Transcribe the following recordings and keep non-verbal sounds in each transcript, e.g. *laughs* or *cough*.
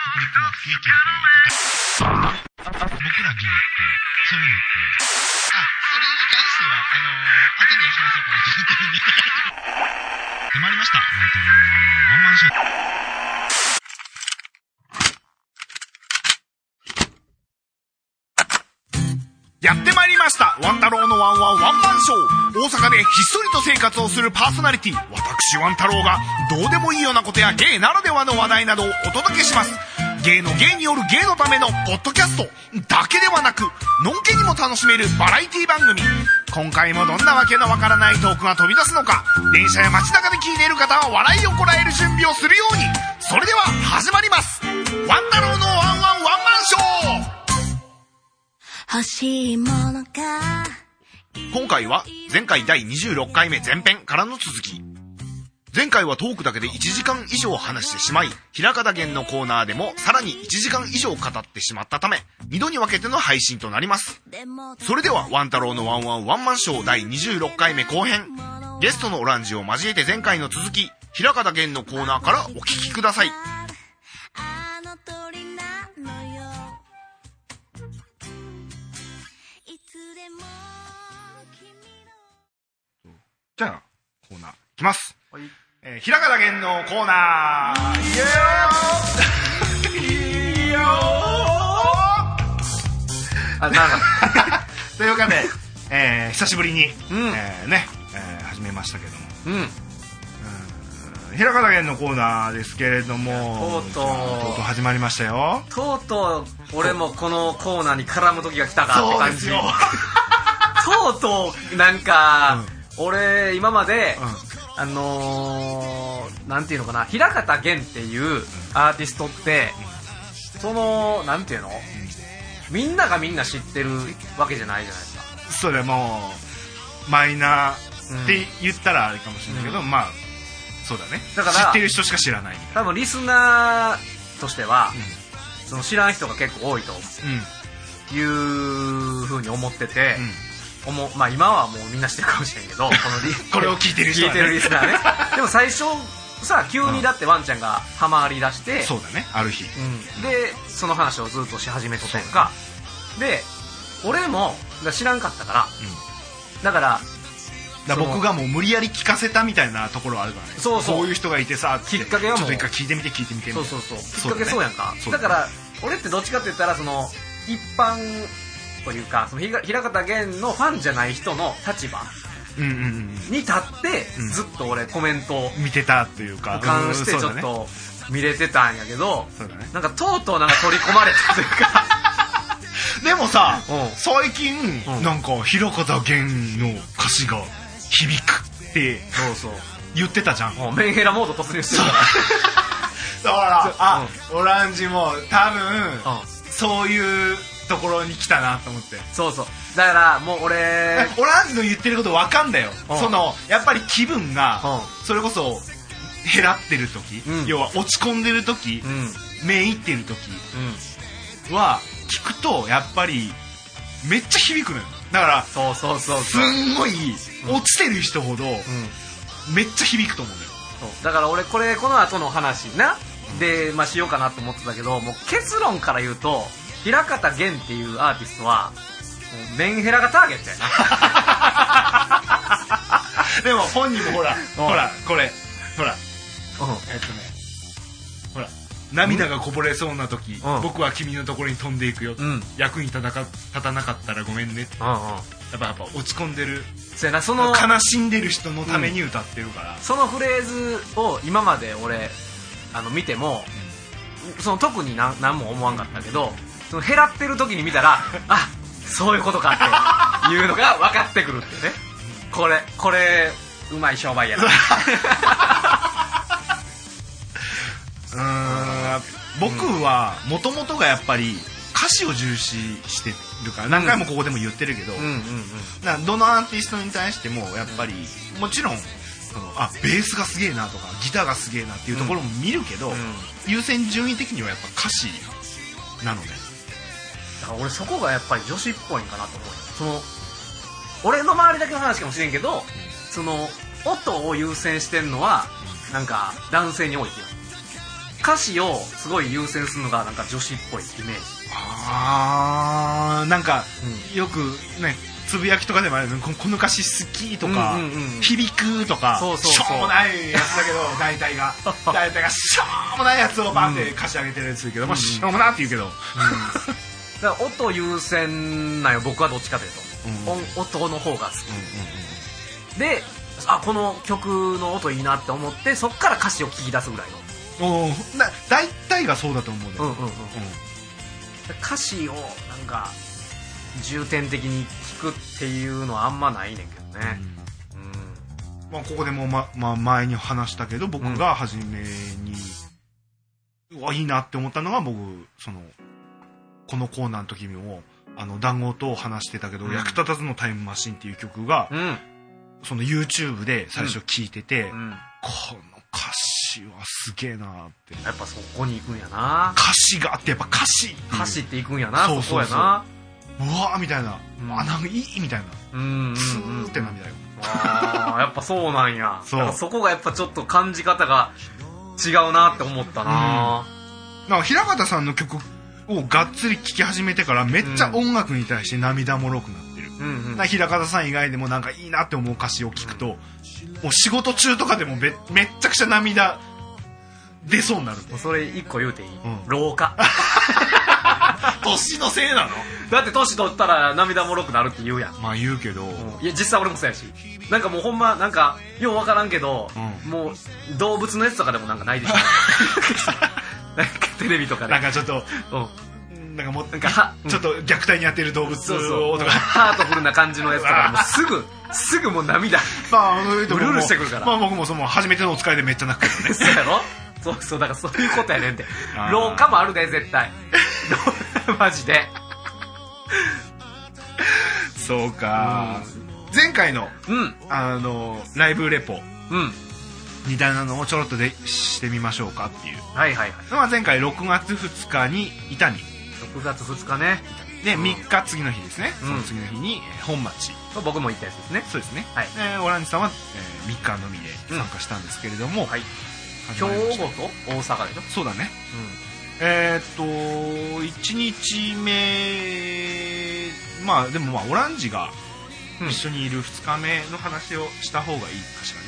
意見というか、僕ら芸って、そういうのって、あ、それに関しては、あのー、後で話そうかなと思ってるんで。で、参りました。ワンタロのワンワンワンマンショー。やってまいりましたワン太郎のワンワンワンマンショー大阪でひっそりと生活をするパーソナリティ私ワン太郎がどうでもいいようなことや芸ならではの話題などをお届けします芸の芸による芸のためのポッドキャストだけではなくのんけにも楽しめるバラエティ番組今回もどんなわけのわからないトークが飛び出すのか電車や街中で聞いている方は笑いをこらえる準備をするようにそれでは始まりますワン太郎のワンワンワンマンショー欲しいものが今回は前回第26回目前編からの続き前回はトークだけで1時間以上話してしまい平方源のコーナーでもさらに1時間以上語ってしまったため2度に分けての配信となりますでもそれではワン太郎のワンワンワンマンショー第26回目後編ゲストのオランジを交えて前回の続き平方源のコーナーからお聞きくださいあの鳥なのよいつでも君じゃあコーナーいきます、えー、平方源のコーナーイエーイイエーイあ、なんか、という *laughs* わけで、えー久しぶりに、んえーね、えー始めましたけどもうん。平方源のコーナーですけれどもとうとうとう始まりましたよとうとう、俺もこのコーナーに絡む時が来たかって感じ。とうとう、なんか、俺、今まで、あのー、なんていうのかな、平方源っていうアーティストって、その、なんていうのみんながみんな知ってるわけじゃないじゃないですか。 *laughs* それもうマイナーって言ったらあれかもしれないけど、まあそうだねだから知ってる人しか知らないみたい多分リスナーとしては、その知らん人が結構多いとないうふうに思ってて、うん、うん思うまあ、今はもうみんなしてるかもしれんけ *laughs* どこのリこれを聞いてる人はね聞いてるリスナーね *laughs* でも最初さ急にだってワンちゃんがハマりだして、そうだねある日うんでその話をずっとし始めとったやんかで俺もだから知らんかったから、だからだからその僕がもう無理やり聞かせたみたいなところはあるからねそうそうこういう人がいてさつてきっかけはもうちょっと一回聞いてみて聞いてみてみたそいうなそうそうきそっうだかねけそうやんかそうだだねから俺ってどっちかって言ったらその一般というかそのひが平方源のファンじゃない人の立場うんうんうんうんに立って、うんずっと俺コメントを見てたっていうか俯瞰してうんちそょうっだねと見れてたんやけど、そうだねなんかとうとうなんか取り込まれたというかでもさうん最近うんなんか平方源の歌詞が響くってそう言ってたじゃん *laughs* もうメンヘラモード突入してるからだからあオランジも多う分んそういうところに来たなと思ってそうそうだからもう俺オランジの言ってることわかんだようんそのやっぱり気分がうそれこそ減らってる時うん要は落ち込んでる時うんうんめいってる時は聞くとやっぱりめっちゃ響くのよだからそうそうそうすそう,、うん、んごい落ちてる人ほどめっちゃ響くと思うんだよそうだから俺これこの後の話なで、まあ、しようかなと思ってたけどもう結論から言うと平方源っていうアーティストはもうメンヘラがターゲットやなでも本人もほら *laughs* ほらこれほうらんえっとねほら涙がこぼれそうな時うん僕は君のところに飛んでいくよ、うん役に立たなか立たなかったらごめんねってうんうんやっぱやっぱ落ち込んでるそうやなその悲しんでる人のために歌ってるから、そのフレーズを今まで俺あの見てもその特にな何も思わんかったけどその減らってる時に見た *laughs* らあそういうことかっていうのが分かってくるってねこれこれうまい商売やなうーん僕はもともとがやっぱり歌詞を重視してるから何回もここでも言ってるけど、うんうんうんなどのアーティストに対してもやっぱりもちろんそのあベースがすげえなとかギターがすげえなっていうところも見るけど、うん優先順位的にはやっぱ歌詞なのねだから俺そこがやっぱり女子っぽいんかなと思うよその俺の周りだけの話かもしれんけどその音を優先してんのはなんか男性に多いっていう歌詞をすごい優先するのがなんか女子っぽいイメージあーなんか、よくねつぶやきとかでもあるよねここの歌詞好きとか、うんうんうん響くとかそうそうそうしょうもないやつだけ *laughs* ど大体が大体がしょうもないやつをバンって貸し上げてるやつだけど、まあ、しょうもなって言うけど、だから音優先なんよ僕はどっちかというと、音音の方が好き、であこの曲の音いいなって思ってそっから歌詞を聞き出すぐらいのおーな大体がそうだと思うね、うんうんうん歌詞をなんか重点的に聞くっていうのはあんまないねんけどねうん、まあ、ここでも、ままあ、前に話したけど僕が初めに、うわいいなって思ったのが僕そのこのコーナーの時にもあの団子と話してたけど「うん役立たずのタイムマシン」っていう曲が、うんその YouTube で最初聴いてて、うん、この歌詞はすげえなってやっぱそこに行くんやな歌詞があってやっぱ歌詞っていう歌詞って行くんやな、そうそこそうそうやなうわーみたいな、うんあなんかいいみたいなうんうんうんスーって涙よ、あーやっぱそうなんやそうだからそこがやっぱちょっと感じ方が違うなって思ったな、なんか平方さんの曲をがっつり聴き始めてからめっちゃ音楽に対して涙もろくなってる、うんうんな平方さん以外でもなんかいいなって思う歌詞を聞くと、もう仕事中とかでもめめっちゃくちゃ涙出そうになるもうそれ一個言うていい、ん老 *laughs* 化年のせいなのだって年取ったら涙もろくなるって言うやんまあ言うけど、いや実際俺もそうやしなんかもうほんまなんかよう分からんけど、うもう動物のやつとかでもなんかない *laughs* でしょなんかテレビとかでなんかちょっとうん、なんかもうなんかはうんちょっと虐待にやってる動物をとかそうそうハートフルな感じのやつとかでもすぐすぐもう涙まあそういうとこもうるうるしてくるからまあ僕もその初めてのお使いでめっちゃ泣くけどねそうやろそうそうだからそういうことやねんてあー老化もあるで絶対 *laughs* マジでそうか、前回のうんあのライブレポうんみたいなのをちょろっとでしてみましょうかっていう、はいはいはいまあ、前回6月2日に伊丹6月2日ねで3日次の日ですね、うんその次の日にえー本町僕も行ったやつですねそうですね、はいでオランジさんは、えー3日のみで参加したんですけれども、はい兵始庫まりましたと大阪でしょそうだねえーっと1日目まあでもまあオランジがうん一緒にいる2日目の話をした方がいいかしらね、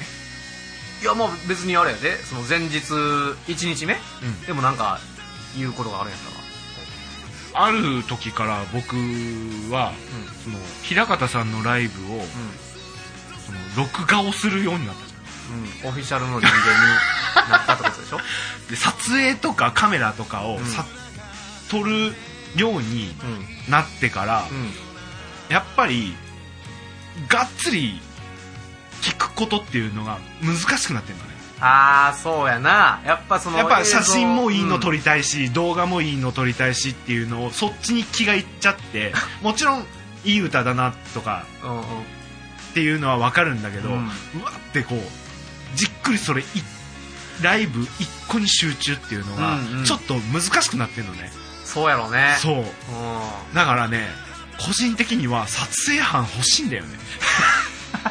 いやまあ別にあれやでその前日1日目、んでもなんか言うことがあるんやったらある時から僕は、うんその平方さんのライブをその録画をするようになったじゃんうん、うん、オフィシャルの人間になったってことでしょ、で撮影とかカメラとかをうんさ、撮るようにうんなってから、うん、やっぱりがっつり聞くことっていうのが難しくなってるのねああそうやなやっぱそのやっぱ写真もいいのり撮りたいし、動画もいいの撮りたいしっていうのをそっちに気がいっちゃって *laughs* もちろんいい歌だなとかうんうんっていうのは分かるんだけど、ううんわってこうじっくりそれいライブ一個に集中っていうのがうんうんちょっと難しくなってるのね、そうやろうねそううだからね個人的には撮影班欲しいんだよね *laughs*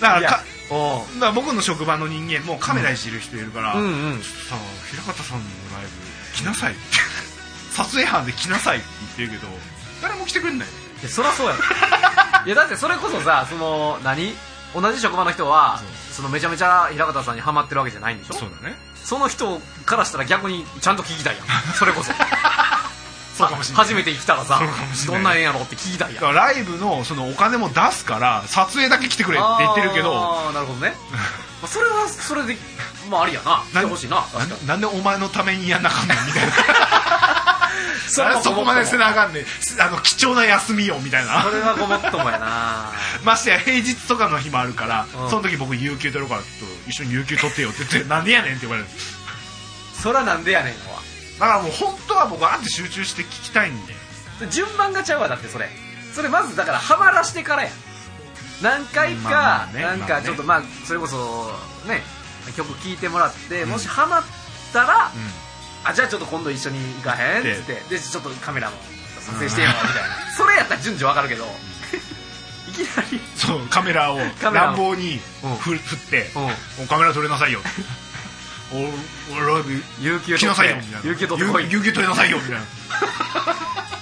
だからいかやだかんおうら僕の職場の人間もカメラいじる人いるから、うんうんさあ平方さんのライブ来なさいって撮影班で来なさいって言ってるけど誰も来てくんないいやそりゃ *laughs* そうやろいやだってそれこそさその何同じ職場の人はそのめちゃめちゃ平方さんにハマってるわけじゃないんでしょそうだねその人からしたら逆にちゃんと聞きた *laughs* いやんそれこそそうかもしれないあ初めて来たらさそうかもしれなどいんなんやろって聞きたいだやんからライブのそのお金も出すから撮影だけ来てくれって言ってるけどああなるほどねまあそれはそれでまあありやな来てほしいな確かになんでお前のためにやんなあかんねんみたいなそれはごも *laughs* そこっともまでせなあかんねんあの貴重な休みよみたいなそれはごもっともやなましてや平日とかの日もあるから、うんその時僕有給取るからちょっと一緒に有給取ってよって言って *laughs* なんでやねんって言われるんですそらなんでやねんのはだからもう本当は僕はあって集中して聞きたいんで順番がちゃうわだってそれそれまずだからハマらしてからや何回か、まあまあねなんまあかねちょっとまあそれこそね曲聴いてもらって、もしハマったら、あじゃあちょっと今度一緒に行かへんっつってでちょっとカメラも撮影してよみたいな、それやったら順序わかるけど、いきなり *laughs* そうカメラをカメラを乱暴にうんふ振って、う *laughs* おカメラ撮れなさいよおおライブ有給来取なってさいよみたいな有給取ってこい有有給取りなさいよみたいな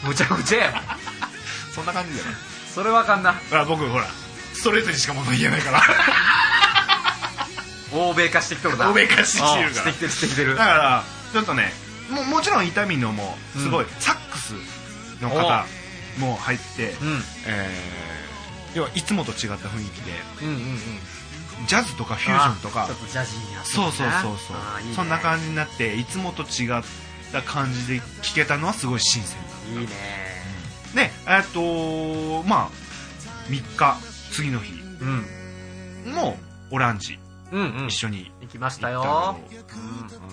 むちゃくちゃやわそんな感じだよそれはあかんなだから僕ほらストレートにしか物言えないから欧米化してきとるな欧米化してきてるからうんしてきてるしてきてるだからちょっとねももちろん痛みのもすごい、サックスの方も入って、うえー要はいつもと違った雰囲気でんうんうんうんジャズとかフュージョンとかあちょっとジャジーになってきたそうなそうそうそうあーいいねそんな感じになっていつもと違った感じで聴けたのはすごい新鮮いいねだねえっとまあ3日次の日うんもオランジうんうん一緒に行きまし行たったよけど、うん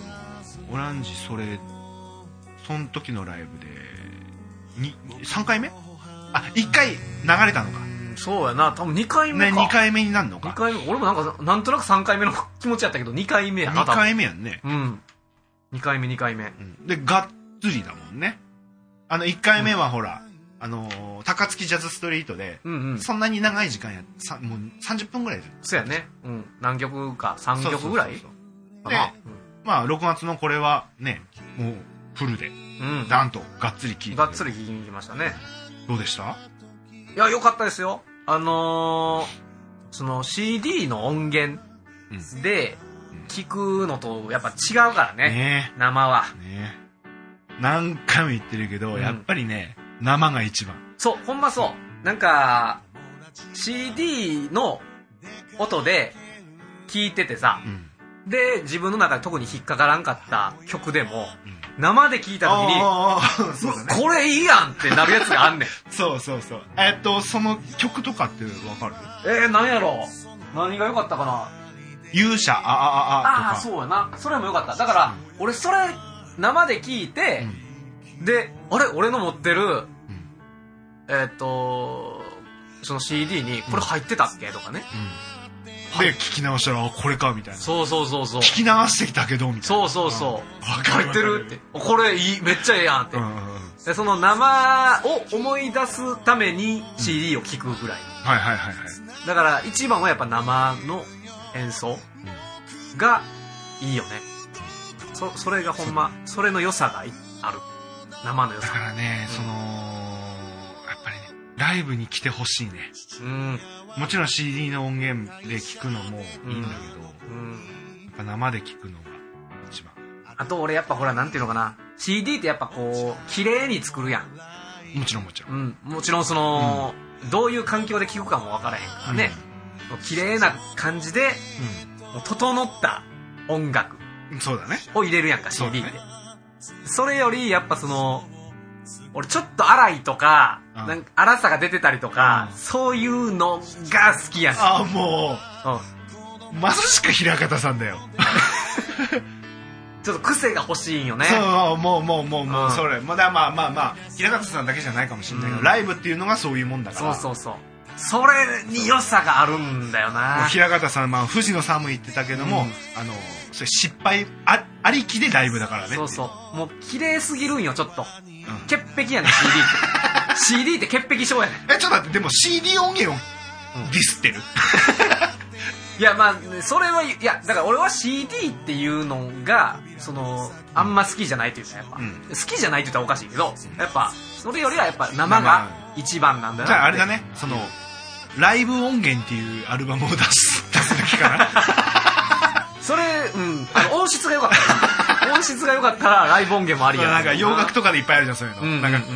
オランジそれその時のライブでに3回目あ一1回流れたのかそうやな多分2回目ねか、 2回目になるの二か回目俺もなんかなんとなく3回目の気持ちやったけど2回目やな2回目やんね、多分うん2回目2回目うんでがっつりだもんねあの1回目はほら、あのー高槻ジャズストリートで、うんうんそんなに長い時間やさもう30分ぐらいでそうやねうん何曲か3曲ぐらいそうそうそうそうかなまあ6月のこれはねもうフルでうんダンとがっつり聴いてがっつり聴きに行きましたねどうでしたいや良かったですよあのー、その CD の音源で聞くのとやっぱ違うからねね生はえねえ何回も言ってるけど、うんやっぱりね生が一番そうほんまそうなんか CD の音で聞いててさうん、で自分の中で特に引っかからんかった曲でもうん生で聞いた時にあーそうだねこれいいやんってなるやつがあんねんそうそうそうえっとその曲とかってわかる *laughs* えー、何やろ何が良かったかな勇者ああああああとかそうやなそれもよかっただから俺それ生で聞いて、であれ俺の持ってる、えーっ、とその CD にこれ入ってたっけとかね、うんで聞き直したらあこれかみたいなそうそうそうそう聞き流してきたけどみたいなそうそうそうわかる入ってるってこれいいめっちゃええやんって、うんうんうんはいでその生を思い出すために CD を聴くぐらいはいはいはいだから一番はやっぱ生の演奏がいいよねそそれがほんまそれの良さがいある生の良だ *laughs* さからね、そのやっぱりねライブに来てほしいねうんもちろん CD の音源で聞くのもいいんだけど、うやんっぱ生で聞くのが一番あと俺やっぱほらなんていうのかな CD ってやっぱこう綺麗に作るやんもちろんもちろん、うん、もちろんその、どういう環境で聞くかも分からへんからね、もう綺麗な感じでもう整った音楽うん、そうだねを入れるやんか CD ってそうそれよりやっぱその俺ちょっと荒いとか,、うんなんか荒さが出てたりとか、うんそういうのが好きやん、うん、ああもうまさしく平方さんだよ、ちょっと癖が欲しいんよねそう *laughs* もうもうもうもう、うんそれまだまあまあまあ平方さんだけじゃないかもしれないけど、うんライブっていうのがそういうもんだかそうらそうそうそれに良さがあるんだよもうな平方さん、まあ、藤野さんも言ってたけども、うんあのそれ失敗あありきでライブだからねそうそうもう綺麗すぎるんよちょっとん潔癖やねん CD って *laughs* CD って潔癖症やねんえちょっと待ってでも CD 音源をディスってる、いやまあそれはいやだから俺は CD っていうのがそのあんま好きじゃないというかやっぱ、うん好きじゃないって言ったらおかしいけどやっぱそれよりはやっぱ生が一番なんだな *laughs* じゃああれだねそのライブ音源っていうアルバムを出す出す時 *laughs* かなそれうんあの音質が良かった *laughs* ら音質が良かったらライブ音源もありやなんか洋楽ととかでいっぱいあるじゃんそういうの、うんうんうんなんか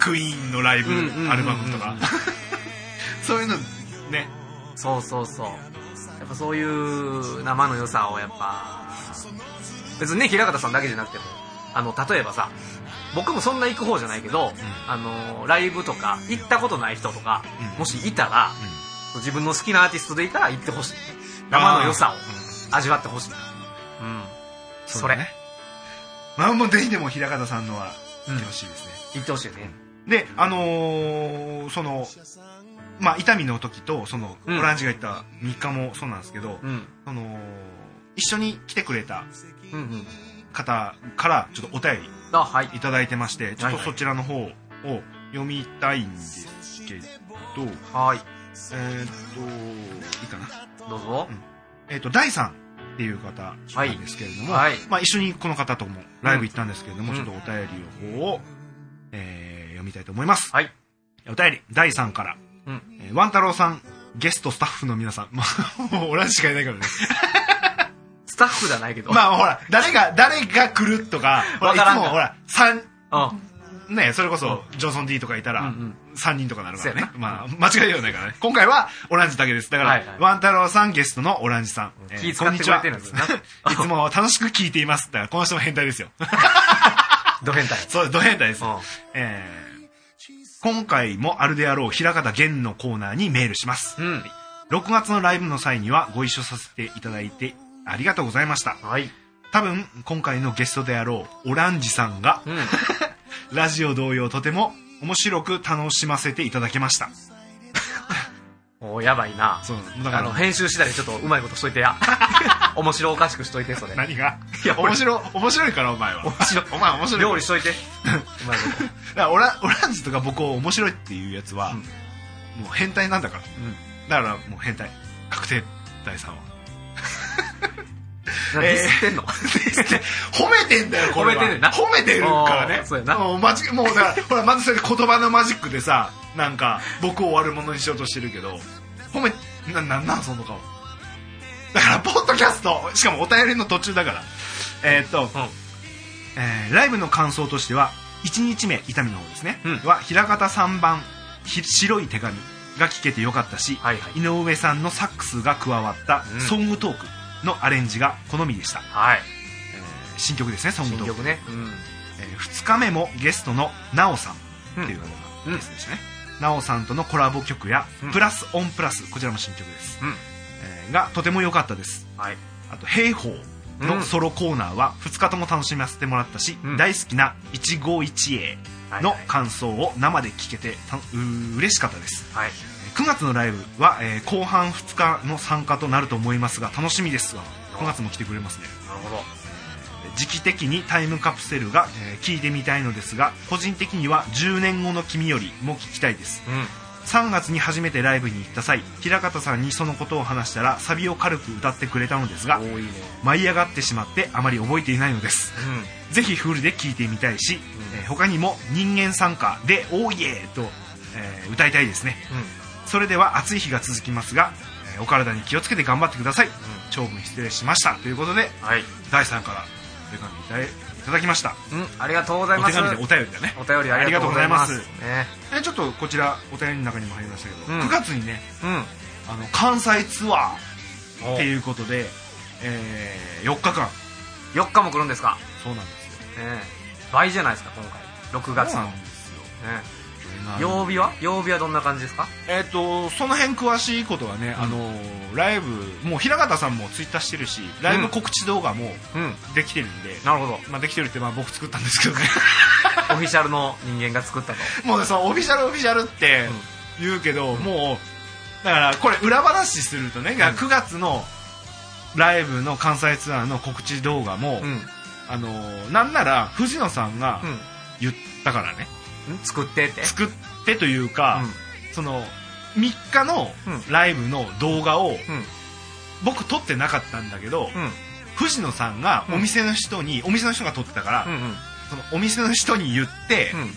クイーンのライブアルバムとうんか、うんうん *laughs* そういうのねそうそうそうやっぱそういう生の良さをやっぱ別にね平方さんだけじゃなくてもあの例えばさ僕もそんな行く方じゃないけど、あのライブとか行ったことない人とか、うんもしいたら、自分の好きなアーティストでいたら行ってほしい生の良さを味わってほしいうんそれうだねまあもうぜひでも平方さんのは見てほしいですね、行ってほしいよねであのーそのまあ痛みの時とその、うんオランジが言った3日もそうなんですけど、うんその一緒に来てくれたうんうん方からちょっとお便りあはいいただいてましてちょっとはいそちらの方を読みたいんですけど、はいえーっといいかなどうぞえーっと第3っていう方はいなんですけれども、はいまあ、一緒にこの方ともライブ行ったんですけれどうも、んちょっとお便りの方を、えー読みたいと思います、はい。お便り第3から、うんえーワン太郎さんゲストスタッフの皆さん、 *laughs* まあ、もう俺らしかいないか *laughs* らねスタッフじゃないけど。まあほら誰が誰が来るとかほらわからんいかつもほら三あ、ねそれこそジョンソン D とかいたうんうらん。 3人とかなるからねそうや、まあ、間違いではないからね今回はオランジだけですだから、はいはいワン太郎さんゲストのオランジさん、え気こ遣んっにてちくれはてるんですな。いつも楽しく聞いていますだからこの人も変態で *laughs* すよド変態。そうド変態です、うんえー今回もあるであろう平方玄のコーナーにメールします、うん。 6月のライブの際にはご一緒させていただいてありがとうございましたはい。多分今回のゲストであろうオランジさんがうん。 *laughs* ラジオ同様とても面白く楽しませていただけましたおーやばいな。そうだかあの、ら編集次第でちょっとうまいことしといて *laughs* や。面白おかしくしといて、それ。何がいや俺面白い面白いからお前は面白いお前面白い料理しといて。 *laughs* うまいこと。だからオラオランジとか僕を面白いっていうやつは、うんもう変態なんだからだからもう変態確定第3話うん。なんかディスってんの、 *laughs* 褒めてんだよこれは褒めてるな褒めてるからねおーそうやなもうマジもうだから *laughs* ほらまずそれで言葉のマジックでさなんか僕を悪者にしようとしてるけど褒めななんなんその顔だからポッドキャストしかもお便りの途中だからえーっと、うんえーライブの感想としては1日目痛みの方ですね、うんは平方3番ひ白い手紙が聞けてよかったし、はいはい井上さんのサックスが加わったうんソングトークのアレンジが好みでした、はい。えー新曲ですねソング新トーク、曲ね。え2日目もゲストのなおさんうん。っていうう方がゲストでしたね、なおさんとのコラボ曲や、うんプラスオンプラスこちらも新曲です、ん。えーがとても良かったですはい。あと「兵法」うのんソロコーナーは2日とも楽しませてもらったし、うん大好きな「一期一会」の感想を生で聞けてたうー嬉しかったですはい。 9月のライブは、えー後半2日の参加となると思いますが楽しみですが9月も来てくれますねなるほど。時期的にタイムカプセルが、え聞いてみたいのですが個人的には10年後の君よりも聞きたいですうん。 3月に初めてライブに行った際平方さんにそのことを話したらサビを軽く歌ってくれたのですが多いね。舞い上がってしまってあまり覚えていないのですうん。ぜひフルで聴いてみたいし、うんえー他にも「人間参加」で「おーイエー!」と、えー歌いたいですねうん。それでは暑い日が続きますが、えーお体に気をつけて頑張ってください、長文失礼しましたということではい。第3からお手紙いただいいただきましたうん。ありがとうございおま手す。紙でお便りだねお便りありがとうございます。ありがとうね。えちょっとこちらお便りの中にも入りましたけど、うん9月にねうん。あの関西ツアーってう。いうことで、え4日間4日も来るんですかそうなんですよね倍じゃないですか、今回。6月そうの。なねんですよ曜日は曜日はどんな感じですかえっとその辺詳しいことはね、あのライブもう平方さんもツイッターしてるしライブ告知動画もうん。できてるんで、なる *laughs* ほど。まあ、できてるってまあ僕作ったんですけどね *laughs* オフィシャルの人間が作ったと。もうねそのオフィシャルオフィシャルって言うけど、もうだからこれ裏話するとね、9月のライブの関西ツアーの告知動画も、うん。あのなんなら藤野さんが言ったからね、うん。作ってって。作ってというか、その3日のうんライブの動画をうん。僕撮ってなかったんだけど、うん。藤野さんがお店の人に、お店の人が撮ってたから、うん。うん。うん。そのお店の人に言って、うん。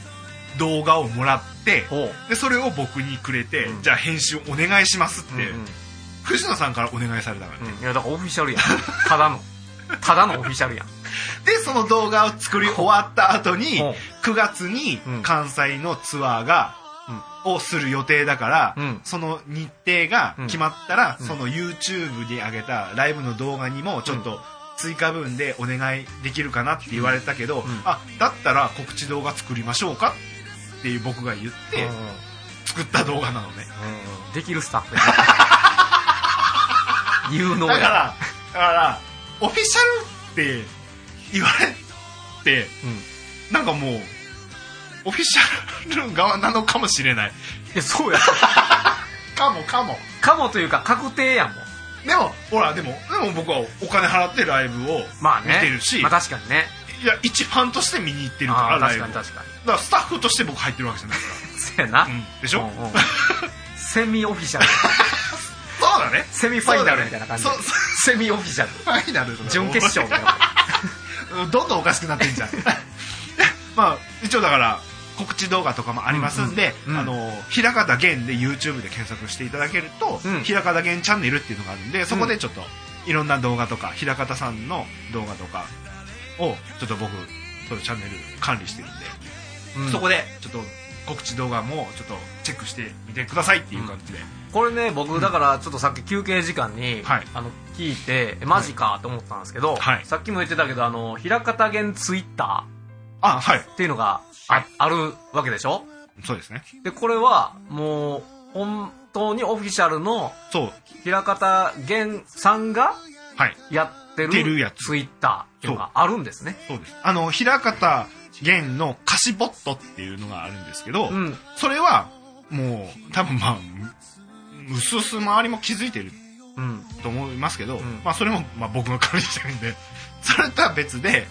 動画をもらって、ほう。でそれを僕にくれて、うんじゃあ編集お願いしますって、うん藤野さんからお願いされたからね、うん、いやだからオフィシャルやんただのただのオフィシャルやんでその動画を作り終わった後にうん9月にうん関西のツアーが、をする予定だから、うんその日程が決まったら、うんその YouTube に上げたライブの動画にもちょっと追加分でお願いできるかなって言われたけど、んあだったら告知動画作りましょうかっていう僕が言ってうん作った動画なのね、できるスタッフや有能だやから、だから、オフィシャルって言われて、うん、いなんかもう、オフィシャル側なのかもしれない。やそうやかもかも。かもというか確定やんもんでも、ほら、でも、でも僕はお金払ってライブをまあ見ねてるし、まあ、確かにねいや、一ファンとして見に行ってるかあーら、ライ確ブかを。にだか確からスタッフとして僕入ってるわけじゃないかにそうやな、ら。うん。でしょ、うん *laughs* うんセミオフィシャルそうだね。セミファイナルみたいな感じそうだねそセミオフィシャルファイナルとか準決勝みたいなどんどんおかしくなって *laughs* んじゃんまあ一応だから告知動画とかもありますんで、うんうんうんあの平方源で YouTube で検索していただけると、うん平方源チャンネルっていうのがあるんでそこでちょっといろんな動画とか平方さんの動画とかをちょっと僕そういうチャンネル管理してるんで、うんそこでちょっと告知動画もちょっとチェックしてみてくださいっていう感じで、これね僕だからちょっとさっき休憩時間に、はいあの聞いてえマジかと思ったんですけど、はいさっきも言ってたけどあの平方弦ツイッタあはいーっていうのがあ,、あるわけでしょそうですねでこれはもう本当にオフィシャルのそう平方弦さんがはいやっててるやるつツイッターっていうのがあるんですねそうですあの平方源の歌詞ボットっていうのがあるんですけど、うんそれはもう多分まあうすうす周りも気づいてるうんと思いますけど、んまあ、それもまあ僕が管理してるんで *laughs* それとは別で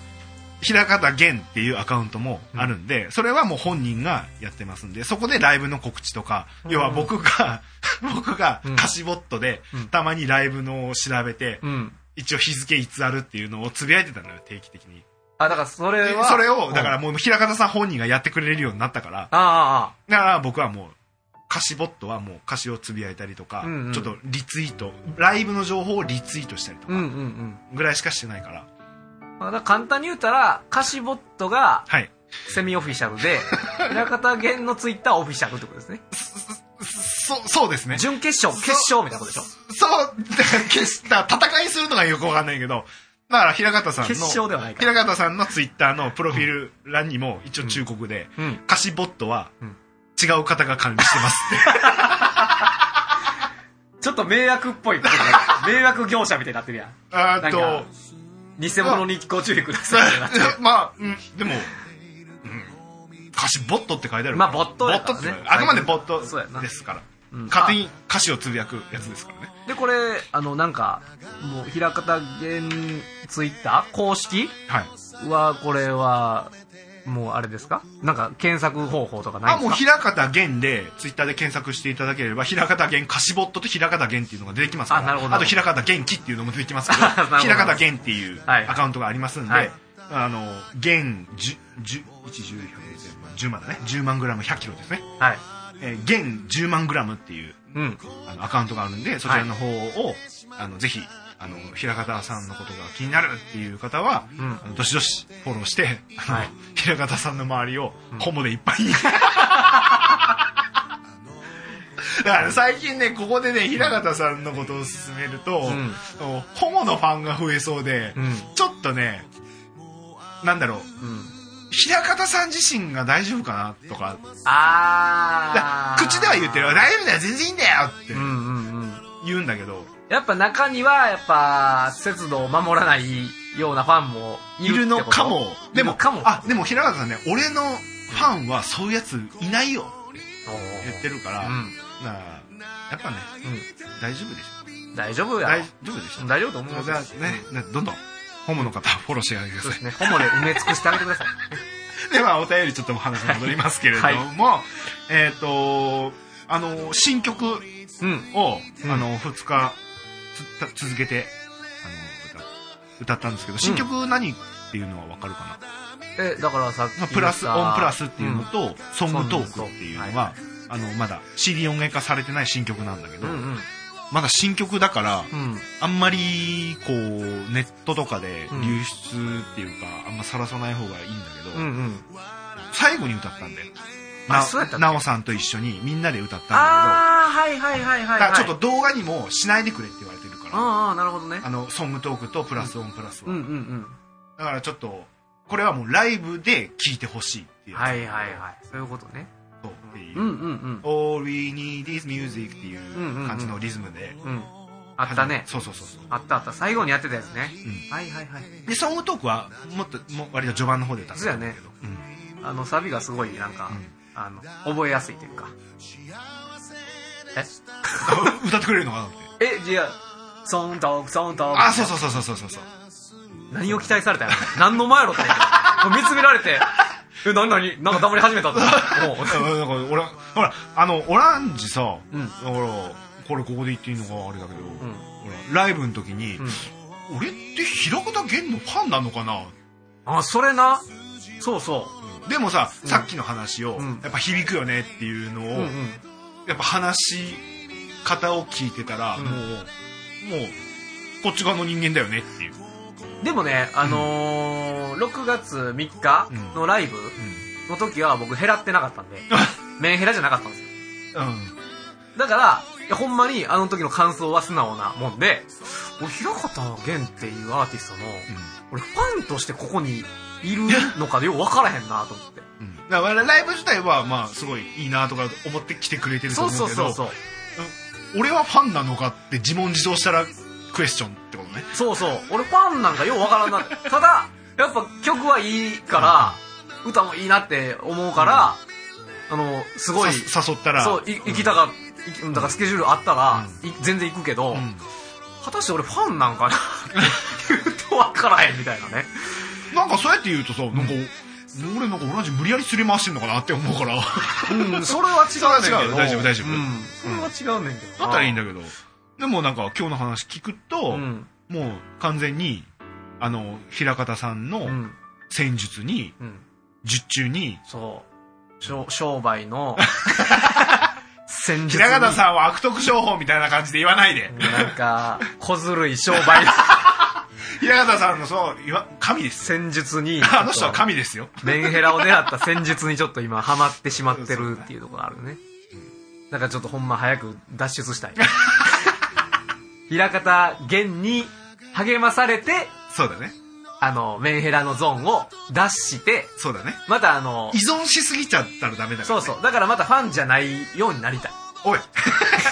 平方源っていうアカウントもあるんで、それはもう本人がやってますんでそこでライブの告知とか、うん要は僕が *laughs* 僕がうん歌詞ボットで、うんたまにライブのを調べて、うん一応日付いつあるっていうのをつぶやいてたのよ定期的に。あだからそれはそれを、だからうんもう、平方さん本人がやってくれるようになったから、あだから僕はもう、歌詞ボットはもう歌詞をつぶやいたりとか、うんうんちょっとリツイート、ライブの情報をリツイートしたりとあああうんうんか、うんぐらいしかしてないから、まあだから簡単に言ったら歌詞ボットがはい。セミオフィシャル *laughs* で平方源のツイッターはオフィシャルってことですねそ、そうですね。準決勝決勝みたいなことでしょそう、だから決した、戦いするのがよくわかんないけど、だから平方さん決勝の、ではないから平方さんのツイッターのプロフィール欄にも一応忠告で、うん歌詞ボットはうん違う方が管理してますって。ちょっと迷惑っぽい *laughs* 迷惑業者みたいになってるやんあー *laughs* っなんとか、偽物にご注意くださいみたいになってる *laughs* まあ、うん、でも、うん、歌詞ボットって書いてあるまあボットやボかットらっねて書いてあるあくまでボットそうやなですから、うん勝手に歌詞をつぶやくやつですからね *laughs* でこれあのなんかもう平方源ツイッター公式はいはこれはもうあれですかなんか検索方法とかないあんもでうすか平方源でツイッターで検索していただければ平方源歌詞ボットと平方源っていうのが出てきますからあなるほどと平方元気っていうのも出てきます *laughs* けなるほどど平方源っていうはいアカウントがありますんで、はいあの元10 10 1 10万だね10万グラム1 0 0キロですね、はいえー、元10万グラムっていううんあのアカウントがあるんでそちらの方を、あのぜひあの平方さんのことが気になるっていう方は、うんあのどしどしフォローして、あのはい平方さんの周りをコモでいっ *laughs* ぱいに、だから最近ねここでね平方さんのことを勧めると、んあのホモのファンが増えそうで、うんちょっとねなんだろううん平方さん自身が大丈夫かなとかあだー口では言ってる「大丈夫だよ全然いいんだよ」ってうんうんうん言うんだけど、やっぱ中にはやっぱ節度を守らないようなファンもいいるるのかもででももかもあでも平方さんね俺のファンはそういうやついないよって言ってるから、うんなあやっぱね大丈夫でしょうん大丈夫や大ろ丈夫でしょ大丈夫と思うじゃあねねどんどんホモの方フォローしてあげてくそうだでさすねホモで埋め尽くしてあげてくだ *laughs* さいいではお便りちょっとお話戻りますけれども、えっ、とあの新曲を、うんうんあの2日つた続けてあの歌歌ったんですけど新曲何っていうのは分かるかな、えだからさっき言まあったプラスオンプラスっていうのと、ソングトークっていうのはは、あのまだ CD 音源化されてない新曲なんだけど、うんうんまだ新曲だから、うんあんまりこうネットとかで流出っていうか、あんまさらさない方がいいんだけど、うんうん最後に歌ったんだよあなそうやったっけなおさんと一緒にみんなで歌ったんだああはいはいはいはいけど、はいだからちょっと動画にもしないでくれって言われてるから、ああなるほどねあのソングトークとプラスオンプラスは、うんうんうんだからちょっとこれはもうライブで聴いてほしいっていう、はいはいはいそういうことねそうっていううんうんうん「All We Need Is Music」っていう感じのリズムで、うんあったねそうそうそうそうあったあった最後にやってたやつねうはいはいはいでソングトークはもっともう割と序盤の方で歌ったんだけどうんあのサビがすごいなんか、うんあの覚えやすいというか *laughs* 歌ってくれるのかなってええじゃあソントークソントークあそうそうそうそうそうそうそう何を期待されたんやろ何の前やろって *laughs* もう見つめられてえ何何なんか黙り始めたと思ううんなんか俺ほらあのオランジさ、うんだからこれここで言っていいのかあれだけど、うんほらライブの時に、俺って平方玄のファンなのかなあそれなそうそでもさ、さっきの話を、うんやっぱ響くよねっていうのを、う、うんうん、やっぱ話し方を聞いてたら、うんもうもうこっち側の人間だよねっていう、でもねあのー6月3日のライブの時は僕減らってなかった *laughs* んで、メンヘラじゃなかったんですようだからいやほんまにあの時の感想は素直なもんで俺平方玄っていうアーティストの、俺ファンとしてここにいるのかでよう分からへんなと思 *laughs* ってんうん、だからライブ自体はまあすごいいいなとか思って来てくれてるとそう思そううけそどうそう俺はファンなのかって自問自答したらクエスチョンってことねそうそう俺ファンなんかようわからんなただやっぱ曲はいいから歌もいいなって思うから、あのすごいさ誘ったらそうい行きたかいだからスケジュールあったら、い全然行くけど、うん果たして俺ファンなんかなって言うと分からへんみたいなねなんかそうやって言うとさなんか、俺なんか同じ無理やりすり回してんのかなって思う *laughs* からうんそれは違うねんけどそれは違う大丈夫大丈夫うん、それは違うねんけどだったらいいんだだけどでもなんか今日の話聞くと、うんもう完全にあの平方さんのうん戦術に、うん術中にそう商商売 *laughs* の戦術に平方さんは悪徳商法みたいな感じで言わないで、なんか小ずるい商 *laughs* 売の平方さんのそう言わ神です戦術にあの人は神ですよメンヘラを狙った戦術にちょっと今ハマってしまってるっていうところがあるねだからちょっとほんま早く脱出 *laughs* したい平方玄に励まされてそうだねあのメンヘラのゾーンを脱してそうだねまたあの依存しすぎちゃったらダメだから、ね、そうそうだからまたファンじゃないようになりたい *laughs* おい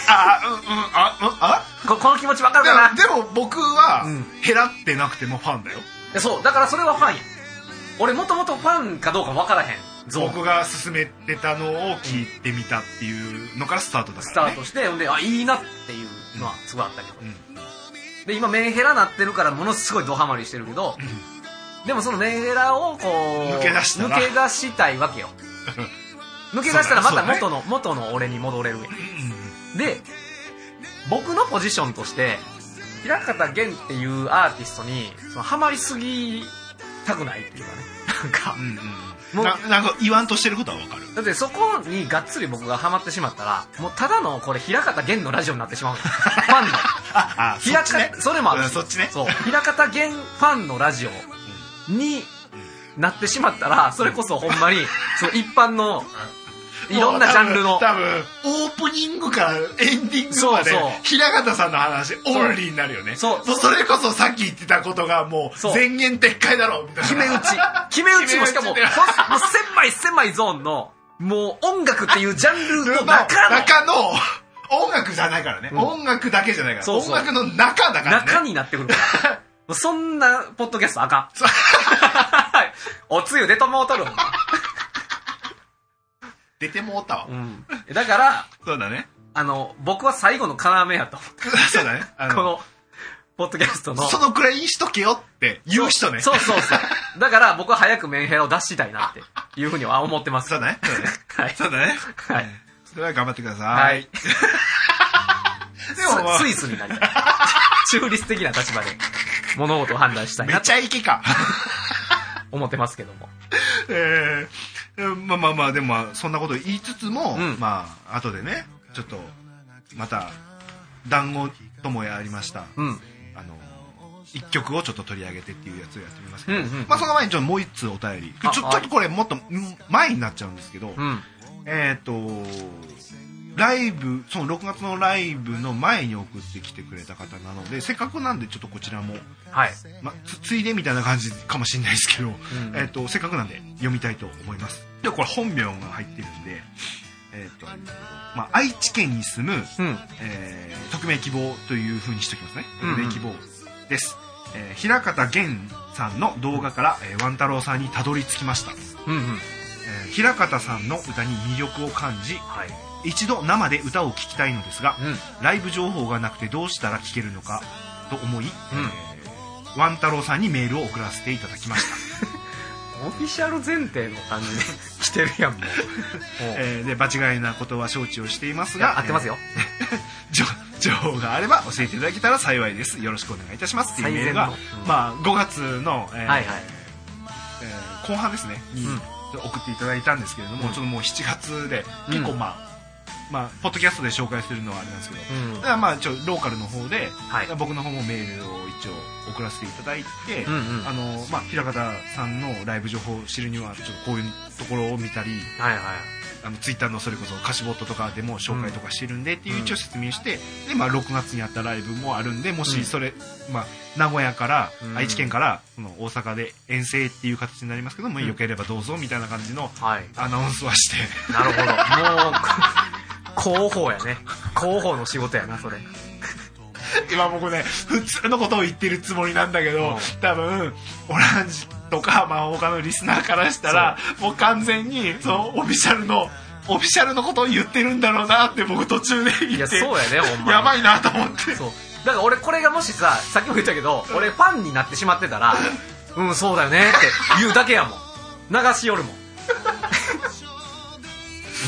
あうんうんあうんあここの気持ちわかるかなでもでも僕はうん減らってなくてもファンだよいやそうだからそれはファンや俺もともとファンかどうかわからへんゾーン僕が勧めてたのを聞いてみたっていうのからスタートだスかタら、ね、ートして、ほんで、あ、いいなっていうのはすごいあったけど。うんで、今メンヘラなってるからものすごいドハマりしてるけど、でもそのメンヘラをこう、抜け出したら抜け出したいわ *laughs* けよ。抜け出したらまたそ元の、元の俺に戻れるやんで、僕のポジションとして、平方玄っていうアーティストに、そのハマりすぎたくないっていうかね。なんかう、んうんうもんうななんか言わんとしてることはわかるだってそこにがっつり僕がハマってしまったら、もうただのこれ平方玄のラジオになってしまうの。ファンの。 *laughs* ああそ平っち方、ねそれもあるうんしそっちねそう。平方玄ファンのラジオになってしまったら、それこそほんまに、そう、一般の、いろんなジャンルものう、多分多分オープニングからエンディングまでそうそう平方さんの話オンリーになるよねそうもうそれこそさっき言ってたことがもうそう全言撤回だろうみたいな決め打ち。決め打ちもしかも、もう決め打ち狭い狭いゾーンの、もう音楽っていうジャンルのの中の、中の音楽じゃないからね、うん音楽だけじゃないからそうそう音楽の中だからね中になってくるから。 *laughs* もうそんな、ポッドキャストあかん。 *laughs* おつゆでともうとる。出てもうたわ、うん。だから、そうだね *laughs* あの、僕は最後の要やと思って、そうだねあのこの、ポッドキャストの。そのくらいにしとけよって言う人ねそうそうそう。だから僕は早くメンヘラを出したいなっていうふうには思ってます。そうだねそうだねはい。 *laughs* そうだねはい。それは頑張ってください、はい。でも、まあススイスになりたい。中立的な立場で物事を判断したいめなとちゃイケか思ってますけども。えー、まあまあまあでもまあそんなこと言いつつも、うんまあ後でねちょっとまた団子ともやりましたうん。あの一曲をちょっと取り上げてっていうやつをやってみますけうど、んうん。まあ、その前にちょっともう一通お便りちょあちょはいっとこれもっとん前になっちゃうんですけど、うん。えっ、とライブその6月のライブの前に送ってきてくれた方なのでせっかくなんでちょっとこちらも、はい。ま、つついでみたいな感じかもしれないですけど、んえっとせっかくなんで読みたいと思いますでこれ本名が入ってるんで、えっとまあ、愛知県に住むうん。えー匿名希望というふうにしておきますねうんうん匿名希望です、えー平方玄さんの動画から、えー、ワン太郎さんにたどり着きました、うんうん。えー平方さんの歌に魅力を感じはい。一度生で歌を聴きたいのですが、うん。ライブ情報がなくてどうしたら聴けるのかと思い、うんえーワン太郎さんにメールを送らせていただきました、オフィシャル前提の感じで来てるや *laughs* ん、もう。もうえーで場違いなことは承知をしていますいがや合ってますよ。情情報があれば教えていただけたら幸いですよろしくお願いいたしますっていうメールが、最善のうんまあ、5月の、えーはいはいえー後半ですねにうん送っていただいたんですけれども、うんちょっともう7月でうん結構まあ、まあポッドキャストで紹介するのはあれなんですけど、うんだからまあちょローカルの方で、はい僕の方もメールを一応送らせていただいて、うんうんあのまあ平方さんのライブ情報を知るにはちょっとこういうところを見たりはいはいあのツイッターのそれこそ歌詞ボットとかでも紹介とかしてるんでっていううん一応説明して、でまあ6月にあったライブもあるんでもしそれ、まあ名古屋から、うん愛知県からその大阪で遠征っていう形になりますけども、うんよければどうぞみたいな感じのはいアナウンスはしてなるほどもう広報やね広報の仕事やなそれ今僕ね普通のことを言ってるつもりなんだけど、うん多分オランジとか、まあ、他のリスナーからしたらもう完全にそのオフィシャルのオフィシャルのことを言ってるんだろうなって僕途中で言っていやそうやねほんまにやばいなと思ってそうだから俺これがもしささっきも言ったけど俺ファンになってしまってた *laughs* らうんそうだよねって言うだけやもん流し寄 *laughs* るもん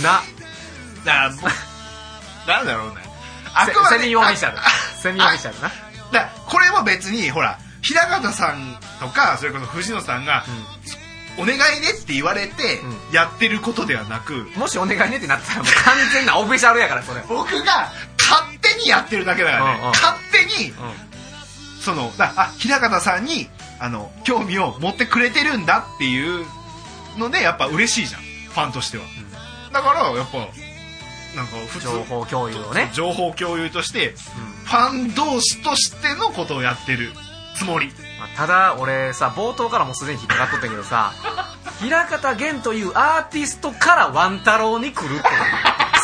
なだから僕 *laughs* なんだろうねあセくまでセミオフィシャルあセミオフィシャルなだからこれは別にほら平方さんとかそれこそ藤野さんが、お願いねって言われてうやってることではなく、もしお願いねってなったらもう完全なオフィシャルやからそれ僕が勝手にやってるだけだからね、うんうん勝手にうそのだあ平方さんにあの興味を持ってくれてるんだっていうのでやっぱ嬉しいじゃんファンとしては、だからやっぱなんか普ん通情報共有をね、情報共有としてうんファン同士としてのことをやってるつもりまあただ俺さ冒頭からもうすでに引っかかっとったけどさ *laughs* 平方玄というアーティストからワン太郎に来るって